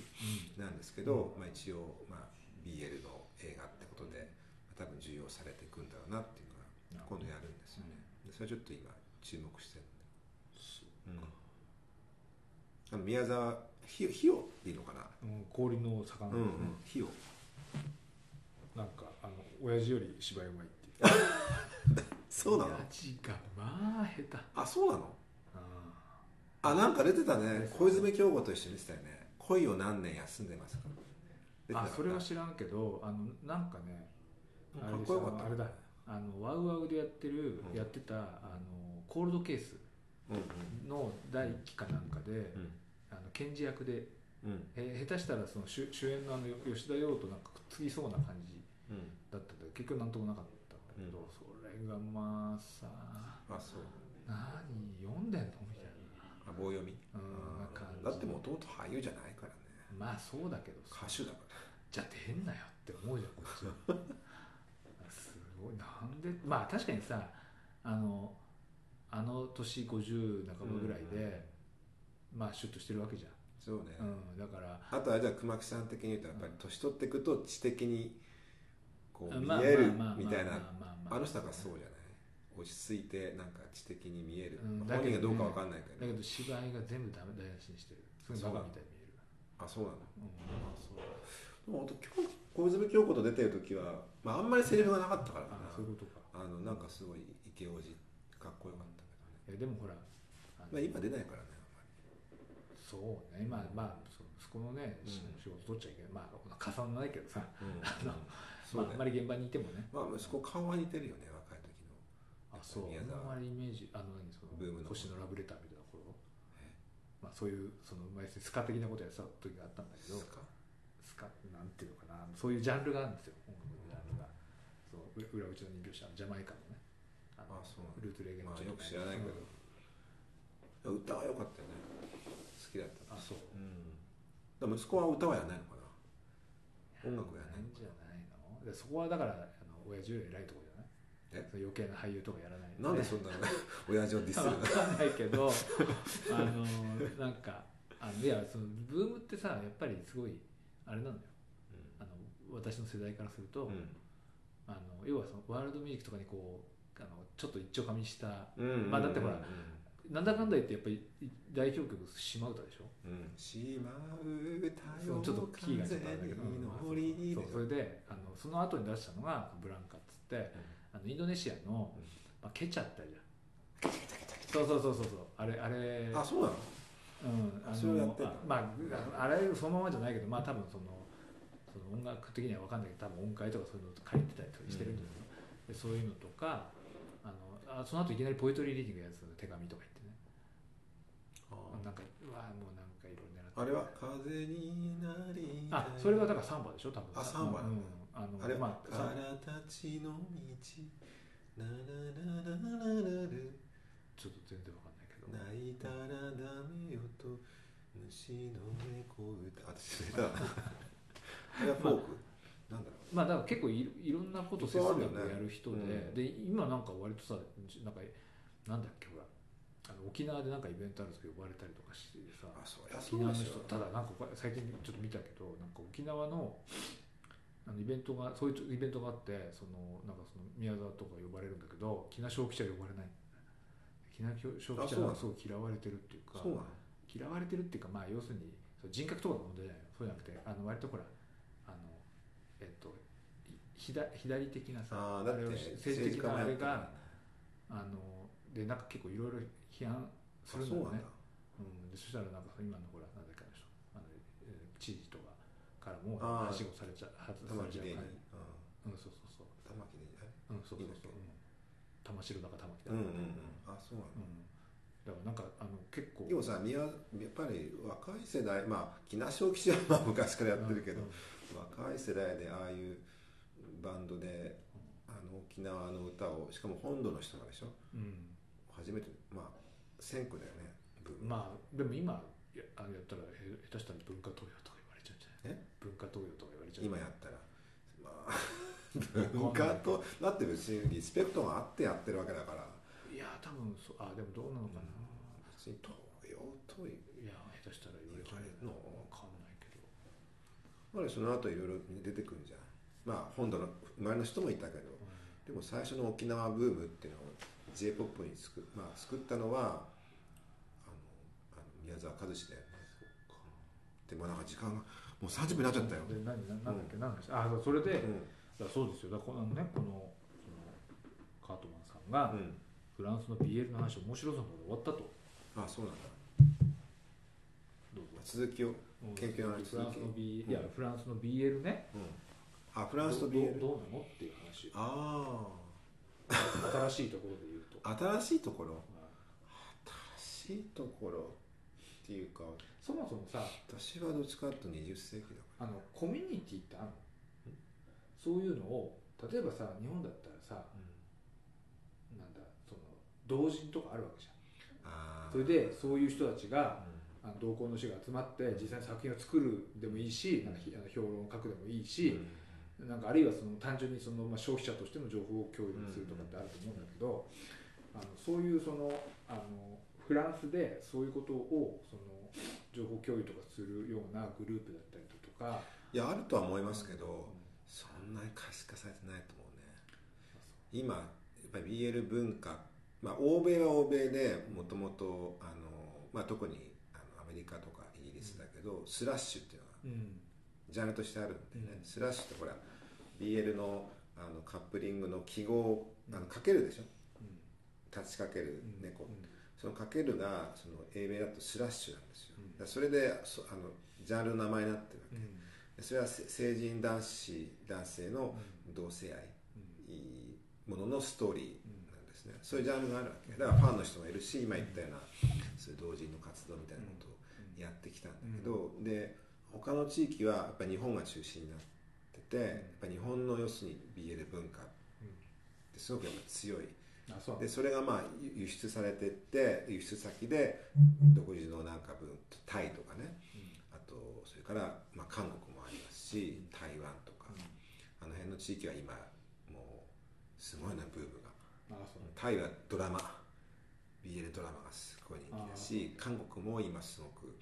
[SPEAKER 1] なんですけど、まあ、一応、まあ、BL の映画ってことで、まあ、多分重要されていくんだろうなっていうのが今度やるんですよね、でそれちょっと今注目してるんで、うんあの宮沢ひひよっていいのかな
[SPEAKER 2] うん、氷の魚、
[SPEAKER 1] うんうんひよ
[SPEAKER 2] なんかあの親父より芝居うまいっていう
[SPEAKER 1] そうなの
[SPEAKER 2] 親父がまあ下手
[SPEAKER 1] あそうなの
[SPEAKER 2] あ
[SPEAKER 1] あなんか出てたね
[SPEAKER 2] ですね
[SPEAKER 1] 小泉京子と一緒に出てたよね「恋を何年休んでますか?出て
[SPEAKER 2] ー
[SPEAKER 1] なか
[SPEAKER 2] あ
[SPEAKER 1] った」
[SPEAKER 2] それは知らんけどあのなんかね
[SPEAKER 1] か
[SPEAKER 2] あれ
[SPEAKER 1] っ
[SPEAKER 2] で
[SPEAKER 1] こ
[SPEAKER 2] す
[SPEAKER 1] よかった
[SPEAKER 2] あのあれだあのワウワウでやってる、
[SPEAKER 1] うん
[SPEAKER 2] やってたあのコールドケース
[SPEAKER 1] うん
[SPEAKER 2] の第1期かなんかで、
[SPEAKER 1] うん
[SPEAKER 2] あの検事役で、
[SPEAKER 1] うん
[SPEAKER 2] えー下手したらその主主演のあの吉田洋となんかくっつきそうな感じ
[SPEAKER 1] うん
[SPEAKER 2] だったんだけど結局なんともなかったんだけど、
[SPEAKER 1] うん
[SPEAKER 2] それがまあさ
[SPEAKER 1] あそう
[SPEAKER 2] 何読んでんのみたい
[SPEAKER 1] あ棒読み
[SPEAKER 2] な,、うん、な感
[SPEAKER 1] うん
[SPEAKER 2] じ
[SPEAKER 1] だってもともと俳優じゃないからね
[SPEAKER 2] まあそうだけど
[SPEAKER 1] 歌手だから
[SPEAKER 2] じゃあ出んなよって思うじゃんこっちは [laughs] すごいなんでまあ確かにさあのあの年50半ばぐらいで、まあシュッとしてるわけじ
[SPEAKER 1] そうね
[SPEAKER 2] ゃん、うん、だから
[SPEAKER 1] あとはじゃあ熊木さん的に言うとやっぱり年取っていくと知的にこう見
[SPEAKER 2] まあ
[SPEAKER 1] える
[SPEAKER 2] まあまあ
[SPEAKER 1] みたい
[SPEAKER 2] まあ
[SPEAKER 1] な
[SPEAKER 2] まあまあ
[SPEAKER 1] あの人がそうじゃない落ち着いてなんか知的に見える
[SPEAKER 2] うん
[SPEAKER 1] 本人がどうか
[SPEAKER 2] だ
[SPEAKER 1] わ
[SPEAKER 2] けどね
[SPEAKER 1] かんないけ
[SPEAKER 2] だ
[SPEAKER 1] ど
[SPEAKER 2] けど芝居が全部ダメ台無しにしてるすごいバカみたいに見える
[SPEAKER 1] あそうなの
[SPEAKER 2] うん
[SPEAKER 1] でもあと今日小泉京子と出てる時は、まあ、あんまりセリフがなかったからかな
[SPEAKER 2] あそういうことか
[SPEAKER 1] あのなんかすごいイケオジかっこよかった
[SPEAKER 2] いやでもほらあの
[SPEAKER 1] けどね、まあ、今出ないからね
[SPEAKER 2] そうねまあまあそそこのね、
[SPEAKER 1] うん
[SPEAKER 2] 仕事取っちゃいけないまあ重ならないけどさ、
[SPEAKER 1] あんまり、
[SPEAKER 2] あの
[SPEAKER 1] そう
[SPEAKER 2] [laughs] まあ、あん
[SPEAKER 1] ね、
[SPEAKER 2] まり現場にいてもね
[SPEAKER 1] まあ、息子顔は似てるよね若い時の
[SPEAKER 2] あそう
[SPEAKER 1] 宮沢
[SPEAKER 2] あんまりイメージあの何その
[SPEAKER 1] ブームの
[SPEAKER 2] 星のラブレターみたいな頃
[SPEAKER 1] え
[SPEAKER 2] まあそういうそのまあ要するにスカ的なことやってた時があったんだけ
[SPEAKER 1] で
[SPEAKER 2] ど
[SPEAKER 1] すか
[SPEAKER 2] スカなんていうのかなそういうジャンルがあるんですよ音楽のジャンルがそうう裏打ちの人形師あのジャマイカのねあの
[SPEAKER 1] あそう
[SPEAKER 2] ルートレーゲンの
[SPEAKER 1] まあ
[SPEAKER 2] ちょっ
[SPEAKER 1] よ
[SPEAKER 2] と
[SPEAKER 1] く知らないけど歌は良かったよね好きだった
[SPEAKER 2] うんあそう
[SPEAKER 1] うんでも息子は歌はやらないのかな音楽やね
[SPEAKER 2] ないんじゃないのでそこはだからあの親父より偉いところじゃない
[SPEAKER 1] え
[SPEAKER 2] その余計な俳優とかやらない
[SPEAKER 1] なんでそんな親父をディスるの
[SPEAKER 2] わかんないけ
[SPEAKER 1] [laughs]
[SPEAKER 2] どあのなんかあのいやそのブームってさやっぱりすごいあれなのよあの私の世代からすると、あの要はそのワールドミュージックとかにこうあのちょっと一丁かみした
[SPEAKER 1] うんうん
[SPEAKER 2] まあだってほら
[SPEAKER 1] うん
[SPEAKER 2] なんだかんだ言ってやっぱり代表曲「島唄」でしょ
[SPEAKER 1] うん「しまう太
[SPEAKER 2] そ
[SPEAKER 1] 陽
[SPEAKER 2] のちょっとキーがちょっとあれだけど、
[SPEAKER 1] 風に
[SPEAKER 2] そう
[SPEAKER 1] 登り」
[SPEAKER 2] それであのその後に出したのが「ブランカ」っつってあのインドネシアの
[SPEAKER 1] うん、
[SPEAKER 2] まあ、ケチャってあるじゃんそうそうそうそうそうあれあれ
[SPEAKER 1] あそうなの
[SPEAKER 2] うん、あ
[SPEAKER 1] それをやってんだ
[SPEAKER 2] あまああらゆるそのままじゃないけどまあ多分そのその音楽的には分かんないけど多分音階とかそういうのを借りてたりとかしてるんじゃないの、でそういうのとかあのあその後いきなりポエトリーリーディングやつ手紙とか言ってねなんかうわもうなんか色々狙って
[SPEAKER 1] あれは「風になりたい」
[SPEAKER 2] あそれはだからサンバでしょ多分
[SPEAKER 1] あサンバ
[SPEAKER 2] うんあの
[SPEAKER 1] あれ
[SPEAKER 2] まあ
[SPEAKER 1] か
[SPEAKER 2] サン
[SPEAKER 1] らたちの道ララララララル
[SPEAKER 2] ちょっと全然分かんないけど
[SPEAKER 1] 泣いたらダメよと虫の猫歌私知れ [laughs] たあれはフォークなんだろ
[SPEAKER 2] まあだから結構いろいろんなこと
[SPEAKER 1] そ
[SPEAKER 2] 哲
[SPEAKER 1] うあ
[SPEAKER 2] 学
[SPEAKER 1] るよ
[SPEAKER 2] や
[SPEAKER 1] ね
[SPEAKER 2] る人で,、
[SPEAKER 1] うん
[SPEAKER 2] で今なんか割とさなんかなんだっけほらあの沖縄でなんかイベントあるんですけど呼ばれたりとかしてさ
[SPEAKER 1] うあそりゃ
[SPEAKER 2] 沖
[SPEAKER 1] そう
[SPEAKER 2] 縄の
[SPEAKER 1] でし
[SPEAKER 2] 人
[SPEAKER 1] ょ
[SPEAKER 2] ただなんか最近ちょっと見たけどなんか沖縄のあのイベントがそういうイベントがあってそのなんかその宮沢とか呼ばれるんだけど喜納正吉は呼ばれない喜納正
[SPEAKER 1] あ
[SPEAKER 2] 吉
[SPEAKER 1] そうな
[SPEAKER 2] は
[SPEAKER 1] の
[SPEAKER 2] すごい嫌われてるっていうか
[SPEAKER 1] そうなの
[SPEAKER 2] 嫌われてるっていうかまあ要するにそう人格とかの問題じゃないよそうじゃなくてあの割とほらあのえっとひだ左的なさ
[SPEAKER 1] ああだっ
[SPEAKER 2] あれを
[SPEAKER 1] て
[SPEAKER 2] 政治的なあれ
[SPEAKER 1] 政治家もや
[SPEAKER 2] が
[SPEAKER 1] っ
[SPEAKER 2] あのでなんか結構いろいろ批判す
[SPEAKER 1] たから
[SPEAKER 2] る
[SPEAKER 1] あ
[SPEAKER 2] ん
[SPEAKER 1] そう
[SPEAKER 2] だ
[SPEAKER 1] なん
[SPEAKER 2] よね
[SPEAKER 1] だ
[SPEAKER 2] うん、でそしたらなんか今のほらなんだっけあの人あの、えー知事とかからも
[SPEAKER 1] あー
[SPEAKER 2] はしごされちゃ外
[SPEAKER 1] 玉
[SPEAKER 2] されち
[SPEAKER 1] 木
[SPEAKER 2] ゃ
[SPEAKER 1] でに
[SPEAKER 2] う
[SPEAKER 1] うん
[SPEAKER 2] からうんそうそうそう
[SPEAKER 1] 玉木でに
[SPEAKER 2] うんそうそう
[SPEAKER 1] いいんだっけ
[SPEAKER 2] そううん玉城だか玉木だ
[SPEAKER 1] う
[SPEAKER 2] か
[SPEAKER 1] んうんうんあそうなんだ
[SPEAKER 2] うんだからなんかあの結構
[SPEAKER 1] でもさ宮やっぱり若い世代まあ木梨小吉はまあ昔からやってるけど
[SPEAKER 2] うんうん
[SPEAKER 1] 若い世代でああいうバンドであの沖縄の歌をしかも本土の人がでしょ
[SPEAKER 2] うん
[SPEAKER 1] 初めてまあ先駆だよねブーム
[SPEAKER 2] まあでも今やあのやったらへ下手したら文化東洋とか言われちゃうんじゃない
[SPEAKER 1] え
[SPEAKER 2] 文化東洋とか言われちゃう
[SPEAKER 1] 今やったら [laughs] まあ文化とだって別にリスペクトがあってやってるわけだから
[SPEAKER 2] いや多分そうあでもどうなのかな、
[SPEAKER 1] 別に東洋とい
[SPEAKER 2] いや下手したら言われちゃ
[SPEAKER 1] 言わ
[SPEAKER 2] う
[SPEAKER 1] れるの
[SPEAKER 2] わかんないけど
[SPEAKER 1] まあその後いろいろ出てくるじゃんまあ本土の周りの人もいたけどでも最初の沖縄ブームっていうのを j p o p に作,、まあ、作ったのはあのあの宮沢和志だよねでもなんか時間がもう30分になっちゃったよ、
[SPEAKER 2] で何何なんだっけ、なんだっけあそうそれで、
[SPEAKER 1] う
[SPEAKER 2] だ
[SPEAKER 1] ん
[SPEAKER 2] からそうですよだからこのねこのそのカートマンさんが、
[SPEAKER 1] うん、
[SPEAKER 2] フランスの BL の話面白そうなことで終わったと
[SPEAKER 1] あそうなんだ
[SPEAKER 2] どうぞ
[SPEAKER 1] 続きを、うん、研究の話
[SPEAKER 2] フランスの B、
[SPEAKER 1] うん
[SPEAKER 2] いやフランスの BL ね
[SPEAKER 1] あフランスと
[SPEAKER 2] ど
[SPEAKER 1] BL
[SPEAKER 2] どうなのっていう
[SPEAKER 1] [laughs]
[SPEAKER 2] 話
[SPEAKER 1] あ
[SPEAKER 2] 新しいところで言うと
[SPEAKER 1] あ新しいところ
[SPEAKER 2] まあ
[SPEAKER 1] 新しいところっていうか
[SPEAKER 2] そもそもさ
[SPEAKER 1] 私はどっちかっていうと20世紀だか
[SPEAKER 2] あのコミュニティってあるのそういうのを例えばさ日本だったらさ
[SPEAKER 1] ら、
[SPEAKER 2] なんだその同人とかあるわけじゃん
[SPEAKER 1] ああ
[SPEAKER 2] それでそういう人たちが
[SPEAKER 1] う
[SPEAKER 2] あの同好の士が集まって実際に作品を作るでもいいしなんかひあの評論を書くでもいい
[SPEAKER 1] ん
[SPEAKER 2] し、なんかあるいはその単純にその、まあ、消費者としての情報を共有するとかってあると思うんだけど、あのそういうそのあのフランスでそういうことをその情報共有とかするようなグループだったりだとか、
[SPEAKER 1] いやあるとは思いますけ
[SPEAKER 2] うん
[SPEAKER 1] どそんなに可視化されてないと思うね今やっぱり BL 文化、まあ、欧米は欧米でもともとあの、まあ、特にあのアメリカとかイギリスだけど、スラッシュっていうのが
[SPEAKER 2] うん
[SPEAKER 1] ジャンルとしてあるんでね、
[SPEAKER 2] うん
[SPEAKER 1] スラッシュってほら BL のあのカップリングの記号あのかけるでしょ
[SPEAKER 2] うん
[SPEAKER 1] 立ちかける
[SPEAKER 2] うん
[SPEAKER 1] 猫、
[SPEAKER 2] うん
[SPEAKER 1] そのかけるがその英米だとスラッシュなんですよ、
[SPEAKER 2] うん
[SPEAKER 1] だからそれでそあのジャンルの名前になってるわけ
[SPEAKER 2] うん
[SPEAKER 1] でそれはせ成人男子男性の同性愛も
[SPEAKER 2] うん
[SPEAKER 1] ののストーリーなんですね、そういうジャンルがあるわけだからファンの人もいるし今言ったようなそういう同人の活動みたいなことをやってきたんだけど、で他の地域はやっぱ日本が中心になってて、やっぱ日本の要するに BL 文化ってすごくやっぱ強い
[SPEAKER 2] あそう
[SPEAKER 1] でそれがまあ輸出されてって輸出先で独自のなんか文タイとかねあとそれからまあ韓国もありますし台湾とかあの辺の地域は今もうすごいなブームが
[SPEAKER 2] あそう
[SPEAKER 1] タイはドラマ BL ドラマがすごい人気だし韓国も今すごく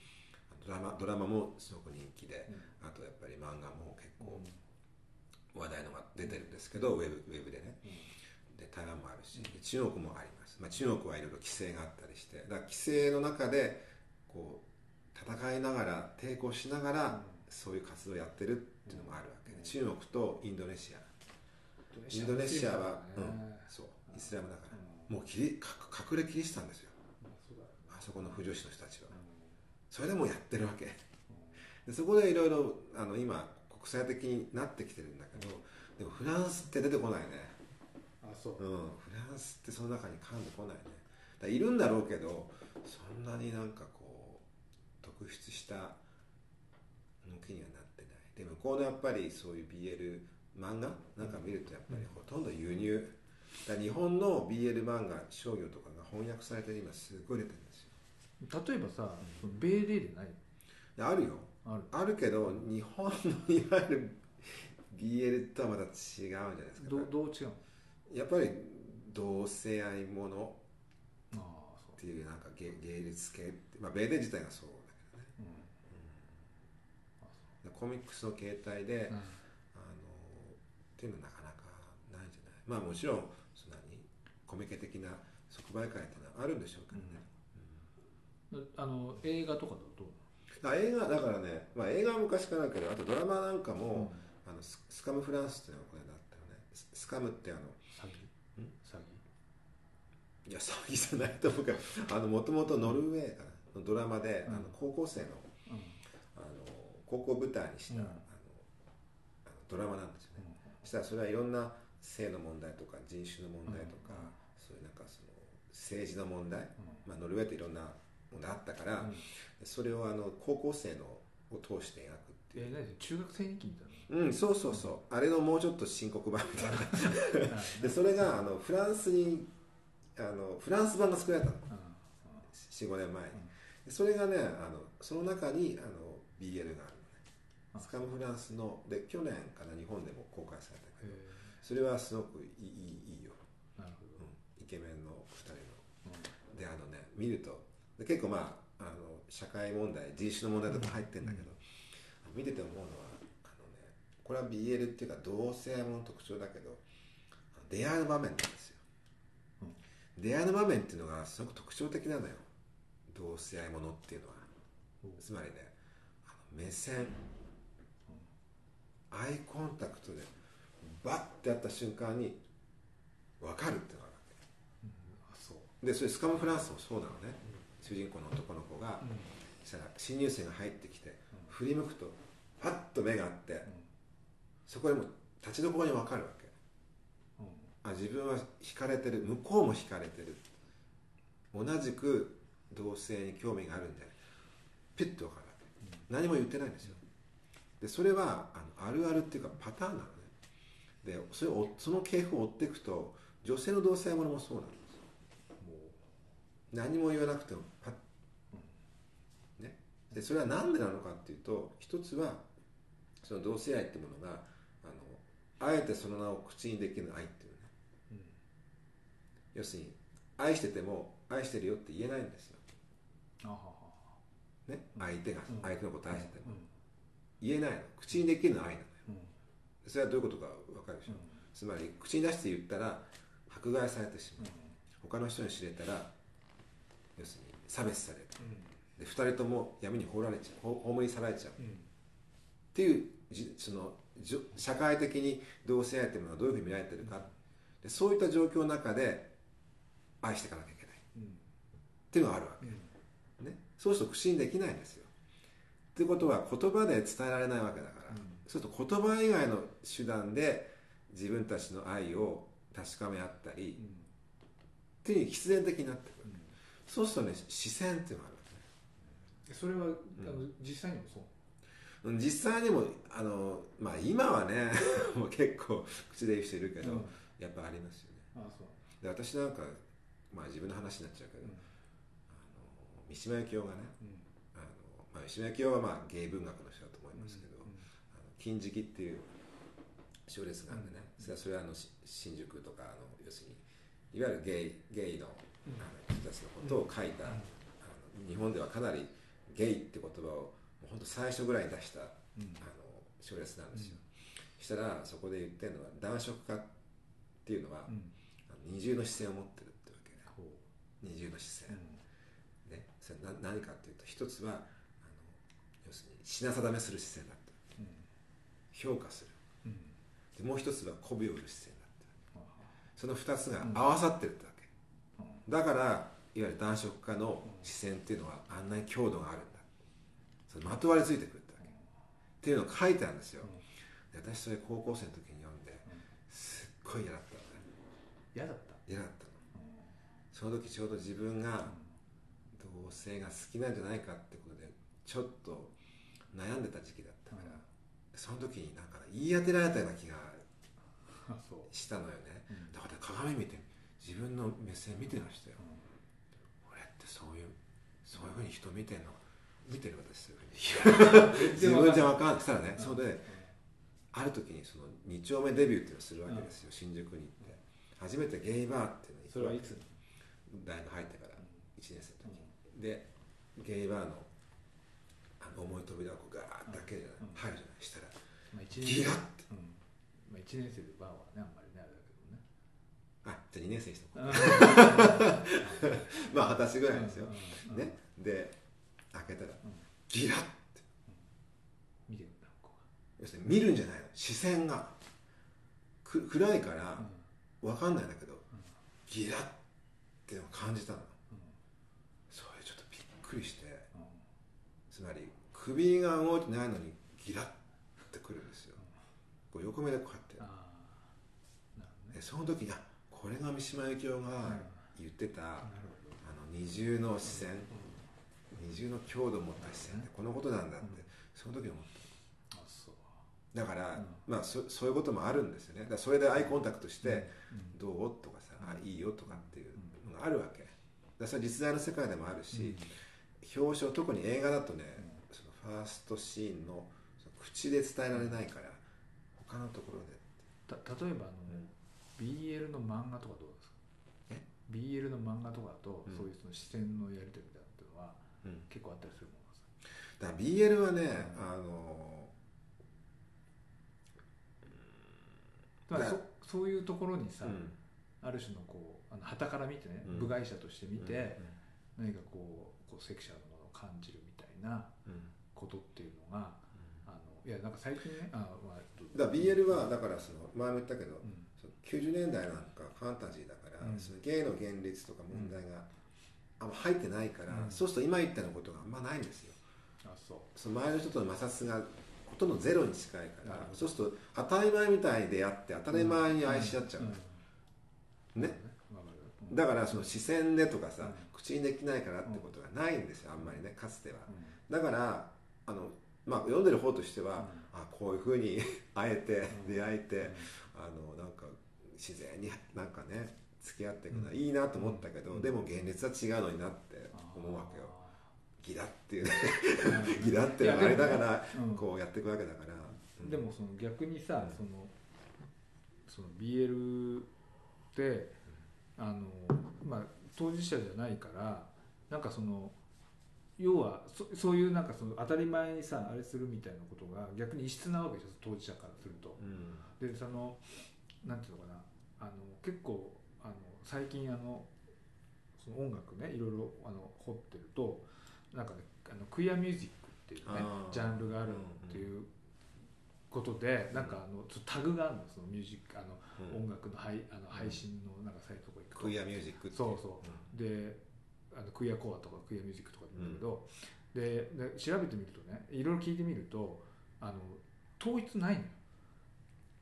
[SPEAKER 1] ドラマドラマもすごく人気であとやっぱり漫画も結構話題のが出てるんですけどウェブウェブでねで台湾もあるしで中国もあります、まあ、中国はいろいろ規制があったりしてだから規制の中でこう戦いながら抵抗しながらそういう活動をやってるっていうのもあるわけで、
[SPEAKER 2] うん
[SPEAKER 1] 中国とインドネシアインドネシアは、うん、そうイスラムだから、
[SPEAKER 2] うん
[SPEAKER 1] もうキリか隠れキリシタンですよ
[SPEAKER 2] あそうだ
[SPEAKER 1] あそこの不女子の人たちは
[SPEAKER 2] うん
[SPEAKER 1] それでもやってるわけでそこでいろいろあの今国際的になってきてるんだけど、でもフランスって出てこないね
[SPEAKER 2] あそう
[SPEAKER 1] うん、フランスってその中に噛んでこないねだからいるんだろうけどそんなになんかこう特筆した動きにはなってないで向こうのやっぱりそういう BL 漫画なんか見るとやっぱりほとんど輸入だから日本の BL 漫画商業とかが翻訳されて今すごい出てるんですよ
[SPEAKER 2] 例えばさ、その米例でない
[SPEAKER 1] であるよ
[SPEAKER 2] ある
[SPEAKER 1] あるけど日本のいわゆる BL とはまた違うんじゃないですか
[SPEAKER 2] どうどう違うの
[SPEAKER 1] やっぱり同性愛もの
[SPEAKER 2] ああそ
[SPEAKER 1] っていうなんか芸芸術系って、まあ、ベーデ自体がそうだけどね
[SPEAKER 2] う、うんあ
[SPEAKER 1] コミックスの形態で、
[SPEAKER 2] そう
[SPEAKER 1] あのっていうのはなかなかないんじゃないまあもちろんそんなにコミケ的な即売会ってのはあるんでしょうけどね、
[SPEAKER 2] うんあの映画とかだとどう
[SPEAKER 1] だから映画だからね、まあ、映画は昔からだけどあとドラマなんか
[SPEAKER 2] なの
[SPEAKER 1] も、あのススカムフランスっていうのがこれだったよねススカムってあの
[SPEAKER 2] 詐欺
[SPEAKER 1] ん
[SPEAKER 2] 詐欺
[SPEAKER 1] いや詐欺じゃないと思うけどあのもともとノルウェーかなのドラマで、あ
[SPEAKER 2] う
[SPEAKER 1] の
[SPEAKER 2] ん
[SPEAKER 1] 高校生の
[SPEAKER 2] うん
[SPEAKER 1] あの高校舞台にした、
[SPEAKER 2] うん
[SPEAKER 1] あのあのドラマなんですよね、そしたらそれはいろんな性の問題とか人種の問題とか、
[SPEAKER 2] うん
[SPEAKER 1] そういうなんかその政治の問題、
[SPEAKER 2] う
[SPEAKER 1] まあ、ノルウェーっていろんな問題あったから、
[SPEAKER 2] んうん
[SPEAKER 1] それをあの高校生のを通して描くっていう、
[SPEAKER 2] え何中学生日記みたい
[SPEAKER 1] うんそうそうそうあれのもうちょっと深刻版みたいな
[SPEAKER 2] な
[SPEAKER 1] [laughs]
[SPEAKER 2] なるほど
[SPEAKER 1] で
[SPEAKER 2] ね
[SPEAKER 1] それがあのフランスにあのフランス版が作られたの
[SPEAKER 2] うん
[SPEAKER 1] 45年前に、
[SPEAKER 2] うん
[SPEAKER 1] でそれがねあのその中にあの BL があるの
[SPEAKER 2] あ
[SPEAKER 1] ねスカムフランスので去年かな日本でも公開されたけ
[SPEAKER 2] へ
[SPEAKER 1] ど
[SPEAKER 2] え
[SPEAKER 1] それはすごくいいいいいいよ、
[SPEAKER 2] なるほ
[SPEAKER 1] うん、イケメンの2人の
[SPEAKER 2] ど
[SPEAKER 1] であのね見るとで結構まああの社会問題人種の問題とか入ってんだけど、見てて思うのはあのねこれは BL っていうか同性愛もの特徴だけど出会いの場面なんですよ、出会いの場面っていうのがすごく特徴的なのよ同性愛ものっていうのは
[SPEAKER 2] うん
[SPEAKER 1] つまりねあの目線アイコンタクトでバッてやった瞬間に分かるってのがあるわ
[SPEAKER 2] あそう、
[SPEAKER 1] けでそれスカムフランスもそうなのね主人公の男の子が
[SPEAKER 2] うん
[SPEAKER 1] したら新入生が入ってきて振り向くとパッと目があってそこでもう立ちどころに分かるわけ
[SPEAKER 2] うん
[SPEAKER 1] あ自分は惹かれてる向こうも惹かれてる同じく同性に興味があるんでピッと分かるわけ何も言ってないんですよでそれはあのあるあるっていうかパターンなのねでそれをその系譜を追っていくと女性の同性ものもそうなんですよ
[SPEAKER 2] もう
[SPEAKER 1] 何も言わなくてもパッねでそれは何でなのかっていうと一つはその同性愛ってものがあのあえてその名を口にできる愛っていうね
[SPEAKER 2] うん
[SPEAKER 1] 要するに愛してても愛してるよって言えないんですよ、
[SPEAKER 2] あはは
[SPEAKER 1] ね、相手が
[SPEAKER 2] うん
[SPEAKER 1] 相手のこと愛してても
[SPEAKER 2] うん
[SPEAKER 1] 言えないの口にできるのは愛なのよ
[SPEAKER 2] うん
[SPEAKER 1] それはどういうことか分かるでしょ、
[SPEAKER 2] うん
[SPEAKER 1] つまり口に出して言ったら迫害されてしまう他の人に知れたら要するに差別されるで2人とも闇に葬られちゃうほ葬り去られちゃうっ
[SPEAKER 2] うんうん
[SPEAKER 1] ていうじそのじょ社会的に同性愛っていうものがどういうふうに見られてるかでそういった状況の中で愛していかなきゃいけない
[SPEAKER 2] うん
[SPEAKER 1] っていうのがあるわ
[SPEAKER 2] うん
[SPEAKER 1] け、ね、そうすると口にできないんですよってことは言葉で伝えられないわけだから、
[SPEAKER 2] うん
[SPEAKER 1] そうすると言葉以外の手段で自分たちの愛を確かめ合ったり、
[SPEAKER 2] うん
[SPEAKER 1] っていう必然的になってくる
[SPEAKER 2] うん
[SPEAKER 1] そうするとね視線っていうのがあるわ
[SPEAKER 2] それは、あの実際にもそ
[SPEAKER 1] け
[SPEAKER 2] う
[SPEAKER 1] ね実際にもあのまあ今はね [laughs] もう結構口で言う人いるけど、
[SPEAKER 2] うん
[SPEAKER 1] やっぱありますよね
[SPEAKER 2] あそう
[SPEAKER 1] で私なんかまあ自分の話になっちゃうけど、
[SPEAKER 2] うん
[SPEAKER 1] あの三島由紀夫がね
[SPEAKER 2] うん
[SPEAKER 1] あの、まあ、三島由紀夫はまあ芸文学の人だと思いますけど、
[SPEAKER 2] うん
[SPEAKER 1] あの金色っていう賞レースがあるんでね、
[SPEAKER 2] うん
[SPEAKER 1] それはそれはあのし新宿とかあの要するにいわゆるゲイゲイの
[SPEAKER 2] うん
[SPEAKER 1] あの人たちのことを書いた、
[SPEAKER 2] うん
[SPEAKER 1] あの日本ではかなりゲイって言葉をもう本当最初ぐらいに出したあ
[SPEAKER 2] うん
[SPEAKER 1] の小説なんですよ、したらそこで言ってるのは男色化っていうのは、
[SPEAKER 2] うん
[SPEAKER 1] あの二重の視線を持ってるってわけね
[SPEAKER 2] こ
[SPEAKER 1] 二重の視線
[SPEAKER 2] う、うん
[SPEAKER 1] ねそれな何かっていうと一つはあの要するに品定めする視線だった
[SPEAKER 2] うん
[SPEAKER 1] 評価する
[SPEAKER 2] うん
[SPEAKER 1] でもう一つは媚びを売る視線だった
[SPEAKER 2] あ
[SPEAKER 1] その二つが合わさってるってわけ、
[SPEAKER 2] うん
[SPEAKER 1] だからいわゆる男色化の視線っていうのはあんなに強度があるんだそれまとわりついてくるってわけ、っていうのを書いてあるんですよ、で私それ高校生の時に読んで
[SPEAKER 2] うん
[SPEAKER 1] すっごい嫌だったのね
[SPEAKER 2] 嫌だった
[SPEAKER 1] 嫌だったの
[SPEAKER 2] う
[SPEAKER 1] その時ちょうど自分
[SPEAKER 2] ん
[SPEAKER 1] が同性が好きなんじゃないかってことでちょっと悩んでた時期だったから、
[SPEAKER 2] うん
[SPEAKER 1] その時になんか言い当てられたような気が
[SPEAKER 2] あそう
[SPEAKER 1] したのよね
[SPEAKER 2] うん
[SPEAKER 1] だから鏡見て自分の目線見てましたよ
[SPEAKER 2] うん
[SPEAKER 1] 俺ってそういうそういうふうに人見てんの見てる私そういうふうに
[SPEAKER 2] 全
[SPEAKER 1] [laughs] 自
[SPEAKER 2] 然わか
[SPEAKER 1] 分じゃ分かんな
[SPEAKER 2] んない
[SPEAKER 1] いしたらね、
[SPEAKER 2] うん
[SPEAKER 1] それである時にその2丁目デビューっていうのをするわけですよ、新宿に行って初めてゲイバーっていうのに
[SPEAKER 2] それはいつ
[SPEAKER 1] 大学入ってから1年生
[SPEAKER 2] う
[SPEAKER 1] の
[SPEAKER 2] ん
[SPEAKER 1] 時、でゲイバーのあの重い扉をこうガーッて開けるじゃない、
[SPEAKER 2] うん
[SPEAKER 1] 入るじゃないしたら
[SPEAKER 2] まあ一年
[SPEAKER 1] ギ
[SPEAKER 2] 生
[SPEAKER 1] ラッ
[SPEAKER 2] うんまあ一年生でバーはねあんまりねあれだ
[SPEAKER 1] あじゃあ2年生にしとこう
[SPEAKER 2] けどね
[SPEAKER 1] まあ二十歳ぐ [laughs] らいですよ、
[SPEAKER 2] うんうん
[SPEAKER 1] ねで開けたら
[SPEAKER 2] うん
[SPEAKER 1] ギラッて
[SPEAKER 2] 見てるんだこ
[SPEAKER 1] 要するに見るんじゃないの視線がく暗いか
[SPEAKER 2] う
[SPEAKER 1] ら
[SPEAKER 2] うん
[SPEAKER 1] 分かんないんだけど、ギラッっていうのを感じたのそれちょっとびっくりして
[SPEAKER 2] うん
[SPEAKER 1] つまり首が動いてないのにギラッってくるんですよこう横目でこうやっ
[SPEAKER 2] ああなるほど
[SPEAKER 1] てで
[SPEAKER 2] ね
[SPEAKER 1] その時にあこれが三島由紀夫
[SPEAKER 2] うん
[SPEAKER 1] が
[SPEAKER 2] なる
[SPEAKER 1] 言ってた、あ
[SPEAKER 2] ほど
[SPEAKER 1] の二重の視線二重の強度を持った視線ってこのことなんだって
[SPEAKER 2] うん
[SPEAKER 1] その時思った
[SPEAKER 2] あそう
[SPEAKER 1] だから、
[SPEAKER 2] うん
[SPEAKER 1] まあそそういうこともあるんですよねだからそれでアイコンタクトして、
[SPEAKER 2] うん
[SPEAKER 1] どうとかさ、あいいよとかっていうのがあるわけだからそれ実在の世界でもあるし、表彰特に映画だとね、そのファーストシーンのその口で伝えられないから他のところで
[SPEAKER 2] た例えばあの、BL の漫画とかどうですか
[SPEAKER 1] え
[SPEAKER 2] BL の漫画とかだと、
[SPEAKER 1] うん
[SPEAKER 2] そういうその視線のやり取りみたいなのは結構あったりするもんなんですか
[SPEAKER 1] だから BL はね、あの
[SPEAKER 2] だからそ
[SPEAKER 1] だ
[SPEAKER 2] そういうところにさ、
[SPEAKER 1] うん
[SPEAKER 2] ある種のこうあの傍から見てね、
[SPEAKER 1] うん
[SPEAKER 2] 部外者として見て、何かこうこうセクシャルなものを感じるみたいな
[SPEAKER 1] うんうん
[SPEAKER 2] こことっていうのがあのいやなんか最近ねあ、まあ、どう
[SPEAKER 1] だから BL はだからその前も言ったけど、
[SPEAKER 2] うん
[SPEAKER 1] その90年代なんかファンタジーだから、
[SPEAKER 2] うん
[SPEAKER 1] その芸の現実とか問題があんま入ってないから、
[SPEAKER 2] うん
[SPEAKER 1] そうすると今言ったようなことがあんまないんですよ
[SPEAKER 2] あそう
[SPEAKER 1] その前の人との摩擦がほとんどゼロに近いから、
[SPEAKER 2] なるほど
[SPEAKER 1] そうすると当たり前みたいであって当たり前に愛し合っちゃう、
[SPEAKER 2] んん
[SPEAKER 1] ね
[SPEAKER 2] わかるうん
[SPEAKER 1] だからその視線でとかさ、
[SPEAKER 2] うん
[SPEAKER 1] 口にできないからってことがないんですよあんまりねかつては
[SPEAKER 2] うん
[SPEAKER 1] だからあの、まあ、読んでる方としては、あこういうふうに [laughs] 会えて
[SPEAKER 2] うん
[SPEAKER 1] 出会えて、
[SPEAKER 2] うん
[SPEAKER 1] あのなんか自然になんかね付き合っていくのは
[SPEAKER 2] うん
[SPEAKER 1] いいなと思ったけど、
[SPEAKER 2] うん
[SPEAKER 1] でも現実は違うのになって思うわけよギラっていうね [laughs] ギラってい
[SPEAKER 2] いうや
[SPEAKER 1] のはあれ
[SPEAKER 2] でも
[SPEAKER 1] だ
[SPEAKER 2] ね
[SPEAKER 1] から
[SPEAKER 2] うん
[SPEAKER 1] こうやっていくわけだから、うん
[SPEAKER 2] でもその逆にさ、
[SPEAKER 1] うん
[SPEAKER 2] そのその BL ってあの、まあ、当事者じゃないからなんかその要はそそういうなんかその当たり前にさあれするみたいなことが逆に異質なわけでしょ当事者からすると。
[SPEAKER 1] うん
[SPEAKER 2] でそのなんていうのかなあの結構あの最近あのその音楽ねいろいろあの掘ってるとなんかねあのクイアミュージックっていうね
[SPEAKER 1] あー
[SPEAKER 2] ジャンルがあるっていうことで、なんかあのちょっとタグがあるのそのミュージックあの、
[SPEAKER 1] うん
[SPEAKER 2] 音楽の配あの配信のなんかサイトとか行くと
[SPEAKER 1] クイアミュージックってい
[SPEAKER 2] そうそうであのクイアコアとかクイアミュージックとかって言うんだけど、でで調べてみるとねいろいろ聞いてみるとあの統一ないのよ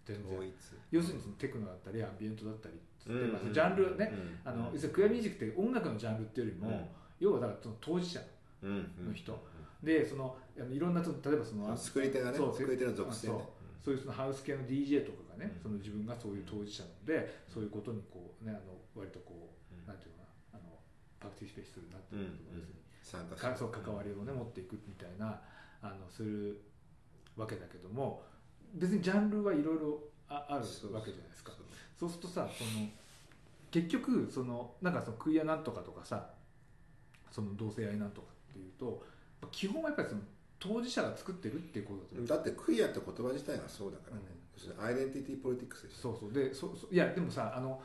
[SPEAKER 2] 全
[SPEAKER 1] うん
[SPEAKER 2] 然
[SPEAKER 1] 統一
[SPEAKER 2] 要するにそのテクノだったりアンビエントだったりっつって、
[SPEAKER 1] うん
[SPEAKER 2] まあそのジャンルね、
[SPEAKER 1] うん
[SPEAKER 2] あの要するにクイアミュージックって音楽のジャンルっていうよりも、
[SPEAKER 1] うん
[SPEAKER 2] 要はだからその当事者
[SPEAKER 1] うんうん
[SPEAKER 2] の人でそのあのいろんなその例えばその
[SPEAKER 1] 作り手がね
[SPEAKER 2] そう
[SPEAKER 1] 作り手の属性ね
[SPEAKER 2] そうそういうそのハウス系の DJ とかがね、
[SPEAKER 1] うん
[SPEAKER 2] その自分がそういう当事者なので、そういうことにこうねあの割とこう、
[SPEAKER 1] うん
[SPEAKER 2] なんていうのかなあのパクティシペーションするなっていうことですね、
[SPEAKER 1] 参加
[SPEAKER 2] かそう関わりをね持っていくみたいなあのするわけだけども別にジャンルはいろいろああるわけじゃないですか
[SPEAKER 1] そうそう
[SPEAKER 2] そうするとさその結局そのなんかそのクイアなんとかとかさその同性愛なんとかっていうと基本はやっぱりその当事者が作ってるっていうことだと思う
[SPEAKER 1] だってクイアって言葉自体がそうだからね、それアイデンティティポリティクスでしょ
[SPEAKER 2] そうそうでそそいやでもさあの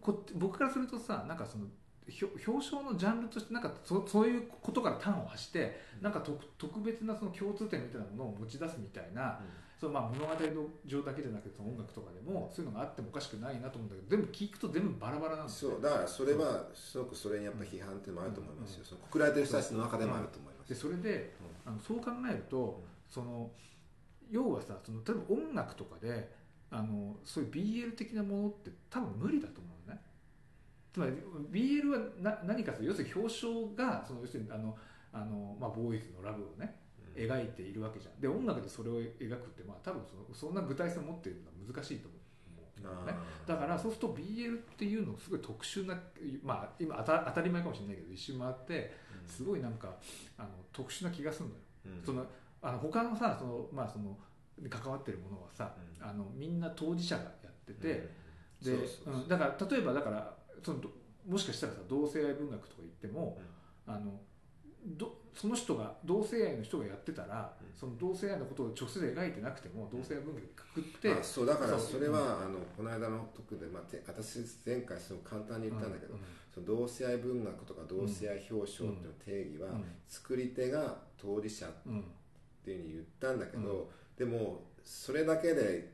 [SPEAKER 2] こ僕からするとさなんかそのひょ表彰のジャンルとしてなんかそそういうことから端を発して、
[SPEAKER 1] うん
[SPEAKER 2] なんか特特別なその共通点みたいなものを持ち出すみたいな、そのまあ物語の上だけじゃなくてその音楽とかでもそういうのがあってもおかしくないなと思うんだけど全部聞くと全部バラバラなんですよ
[SPEAKER 1] そうだからそれはすごくそれにやっぱ批判っていうのもあると思いますよ、その告られてる人たちの中でもあると思います
[SPEAKER 2] でそれであのそう考えると、その要はさその例えば音楽とかであのそういう BL 的なものって多分無理だと思うのねつまり BL はな何かと要するに表彰がその要するにあのあの、まあ、ボーイズのラブをね
[SPEAKER 1] うん
[SPEAKER 2] 描いているわけじゃんで音楽でそれを描くって、まあ、多分そのそんな具体性を持っているのは難しいと思うのね
[SPEAKER 1] あー
[SPEAKER 2] だからそうすると BL っていうのすごい特殊なまあ今当た当たり前かもしれないけど一周回ってすごいなんかあの特殊な気がするのよ
[SPEAKER 1] うん
[SPEAKER 2] そのあの他のさその、まあ、その関わってるものはさ、
[SPEAKER 1] うん
[SPEAKER 2] あのみんな当事者がやって
[SPEAKER 1] うん
[SPEAKER 2] て、
[SPEAKER 1] そ
[SPEAKER 2] で
[SPEAKER 1] うそうそう
[SPEAKER 2] うんだから例えばだからそのどもしかしたらさ同性愛文学とか言っても、あのどその人が同性愛の人がやってたら、
[SPEAKER 1] うん
[SPEAKER 2] その同性愛のことを直接描いてなくても同性愛文学にくくって、
[SPEAKER 1] あそうだから
[SPEAKER 2] そう
[SPEAKER 1] それはあのこの間の特で、まあ、て私前回その簡単に言ったんだけど、
[SPEAKER 2] う
[SPEAKER 1] その同性愛文学とか同性愛表彰っていうの定義は、
[SPEAKER 2] うん
[SPEAKER 1] 作り手が当事者
[SPEAKER 2] うん
[SPEAKER 1] っていうふうに言ったんだけど、でもそれだけで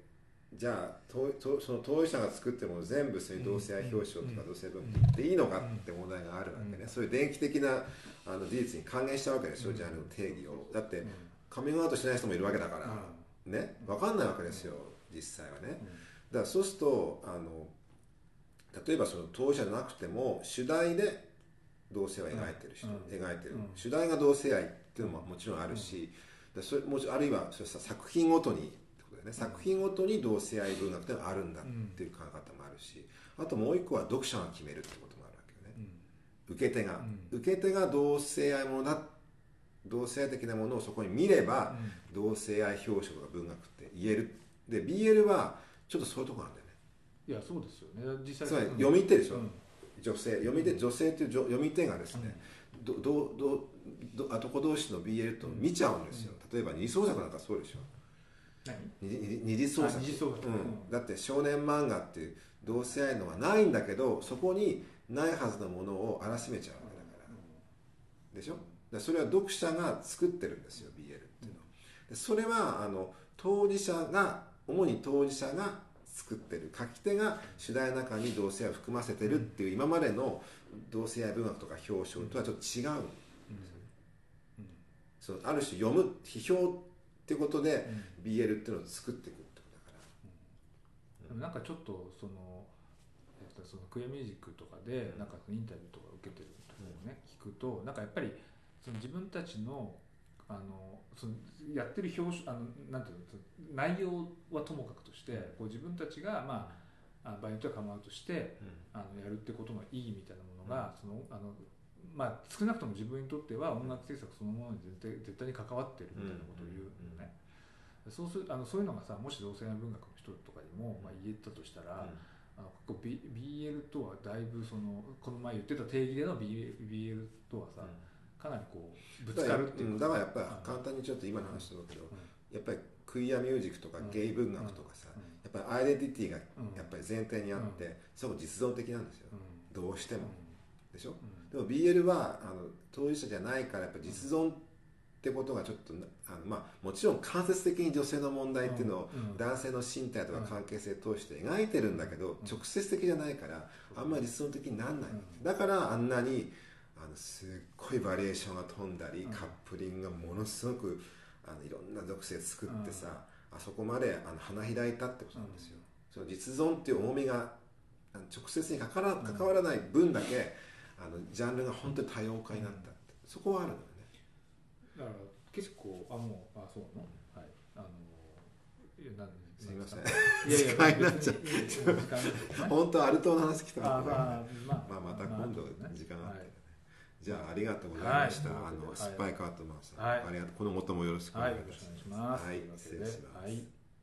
[SPEAKER 1] じゃあ当当その当事者が作ってもの全部そういう同性愛表彰とか
[SPEAKER 2] うん
[SPEAKER 1] 同性文
[SPEAKER 2] うん
[SPEAKER 1] 化っていいのかって問題があるわけね、
[SPEAKER 2] うん
[SPEAKER 1] そういう電気的なあの事実に還元したわけでしょ、ジャンルの定義をだってカミングアウトしない人もいるわけだから、ね分かんないわけですよ実際はねだからそうするとあの例えばその当事者じゃなくても主題で同性愛を描いてる人、
[SPEAKER 2] うん
[SPEAKER 1] 描いてる、
[SPEAKER 2] うん
[SPEAKER 1] 主題が同性愛っていうのももちろんあるし、だからそれもちあるいはそれさ作品ごとにってことだよね作品ごとに同性愛文学っていうのがあるんだっていう考え方もあるしあともう一個は読者が決めるってこともあるわけよね受け手が、
[SPEAKER 2] うん
[SPEAKER 1] 受け手が同性愛ものだ同性愛的なものをそこに見れば、
[SPEAKER 2] うん
[SPEAKER 1] 同性愛表彰が文学って言えるで BL はちょっとそういうとこなんだよね
[SPEAKER 2] いやそうですよね実際
[SPEAKER 1] つまり読み手でしょ、
[SPEAKER 2] うん
[SPEAKER 1] 女性読み手女性っていう女読み手がですね、どどどど男同士の BL と見ちゃうんですよ、例えば二次創作なんかそうでしょ
[SPEAKER 2] 何
[SPEAKER 1] 二次二次創
[SPEAKER 2] あ
[SPEAKER 1] 作
[SPEAKER 2] 二次創作
[SPEAKER 1] うん
[SPEAKER 2] うん
[SPEAKER 1] だって少年漫画っていう同性愛のはないんだけどそこにないはずのものをあらしめちゃうわけだから、でしょらそれは読者が作ってるんですよ BL っていうのはでそれはあの当事者が主に当事者が作ってる書き手が主題の中に同性愛を含ませてるっていう今までの同性愛文学とか表彰とはちょっと違うそのある種読む批評ってことで BL っていうのを作っていくってことだから
[SPEAKER 2] でもなんかちょっとそのえっとそのクエアミュージックとかでなんかそのインタビューとか受けてるところをね聞くとなんかやっぱりその自分たちのあのそのやってる表彰あのなんていうのその内容はともかくとしてこう自分たちがまああ場合によってはカムアウトしてあのやるってことの意義みたいなものが、そのあのまあ、少なくとも自分にとっては音楽制作そのものに絶対絶対に関わってるみたいなことを言うのね、そうするあのそういうのがさもし同性愛文学の人とかにも、まあ、言えたとしたら、あのここ B BL とはだいぶそのこの前言ってた定義での BL, BL とはさ、かなりこうぶつかるっていう
[SPEAKER 1] だからやっ
[SPEAKER 2] ぱ
[SPEAKER 1] ぱり簡単にちょっと今の話だけど、
[SPEAKER 2] ん
[SPEAKER 1] やっぱりクイアミュージックとか
[SPEAKER 2] うん
[SPEAKER 1] ゲイ文学とかさ、
[SPEAKER 2] うん
[SPEAKER 1] やっぱりアイデンティティがや
[SPEAKER 2] うん
[SPEAKER 1] っぱり前提にあって、すごく実存的なんですよ、
[SPEAKER 2] うん
[SPEAKER 1] どうしても、でしょ
[SPEAKER 2] うん
[SPEAKER 1] でも BL はあの当事者じゃないからやっぱ実存ってことがちょっとなあの、まあ、もちろん間接的に女性の問題っていうのを
[SPEAKER 2] うんうん
[SPEAKER 1] 男性の身体とか関係性を通して描いてるんだけど
[SPEAKER 2] ん
[SPEAKER 1] 直接的じゃないからあんまり実存的になんない
[SPEAKER 2] うん
[SPEAKER 1] だからあんなにあのすっごいバリエーションが飛んだり
[SPEAKER 2] うん
[SPEAKER 1] カップリングがものすごくあのいろんな属性作ってさあそこまであの花開いたってことなんですよ。その実存っていう重みがあの直接にかから関わらない分だけあのジャンルが本当に多様化になったってそこはあるのよね。
[SPEAKER 2] だから結構あもうあそうなのはいあのいやなん
[SPEAKER 1] すみません
[SPEAKER 2] いやいや
[SPEAKER 1] 時間になっちゃう
[SPEAKER 2] 別にいいですよ時間になっちゃうね
[SPEAKER 1] 本当アルトの話来た
[SPEAKER 2] あ
[SPEAKER 1] ら
[SPEAKER 2] まあ
[SPEAKER 1] ごめんね
[SPEAKER 2] ま
[SPEAKER 1] まあ、また今度時間があったらね、じゃあありがとうございました、
[SPEAKER 2] はい
[SPEAKER 1] あの
[SPEAKER 2] はい
[SPEAKER 1] スパイカートマンさん、
[SPEAKER 2] はい
[SPEAKER 1] ありがとうこの後もよろしくお
[SPEAKER 2] は
[SPEAKER 1] 願
[SPEAKER 2] い
[SPEAKER 1] い
[SPEAKER 2] よ
[SPEAKER 1] し
[SPEAKER 2] ろ
[SPEAKER 1] ま
[SPEAKER 2] し
[SPEAKER 1] す
[SPEAKER 2] くお願いします
[SPEAKER 1] はい
[SPEAKER 2] とうわけで
[SPEAKER 1] 失礼します
[SPEAKER 2] はい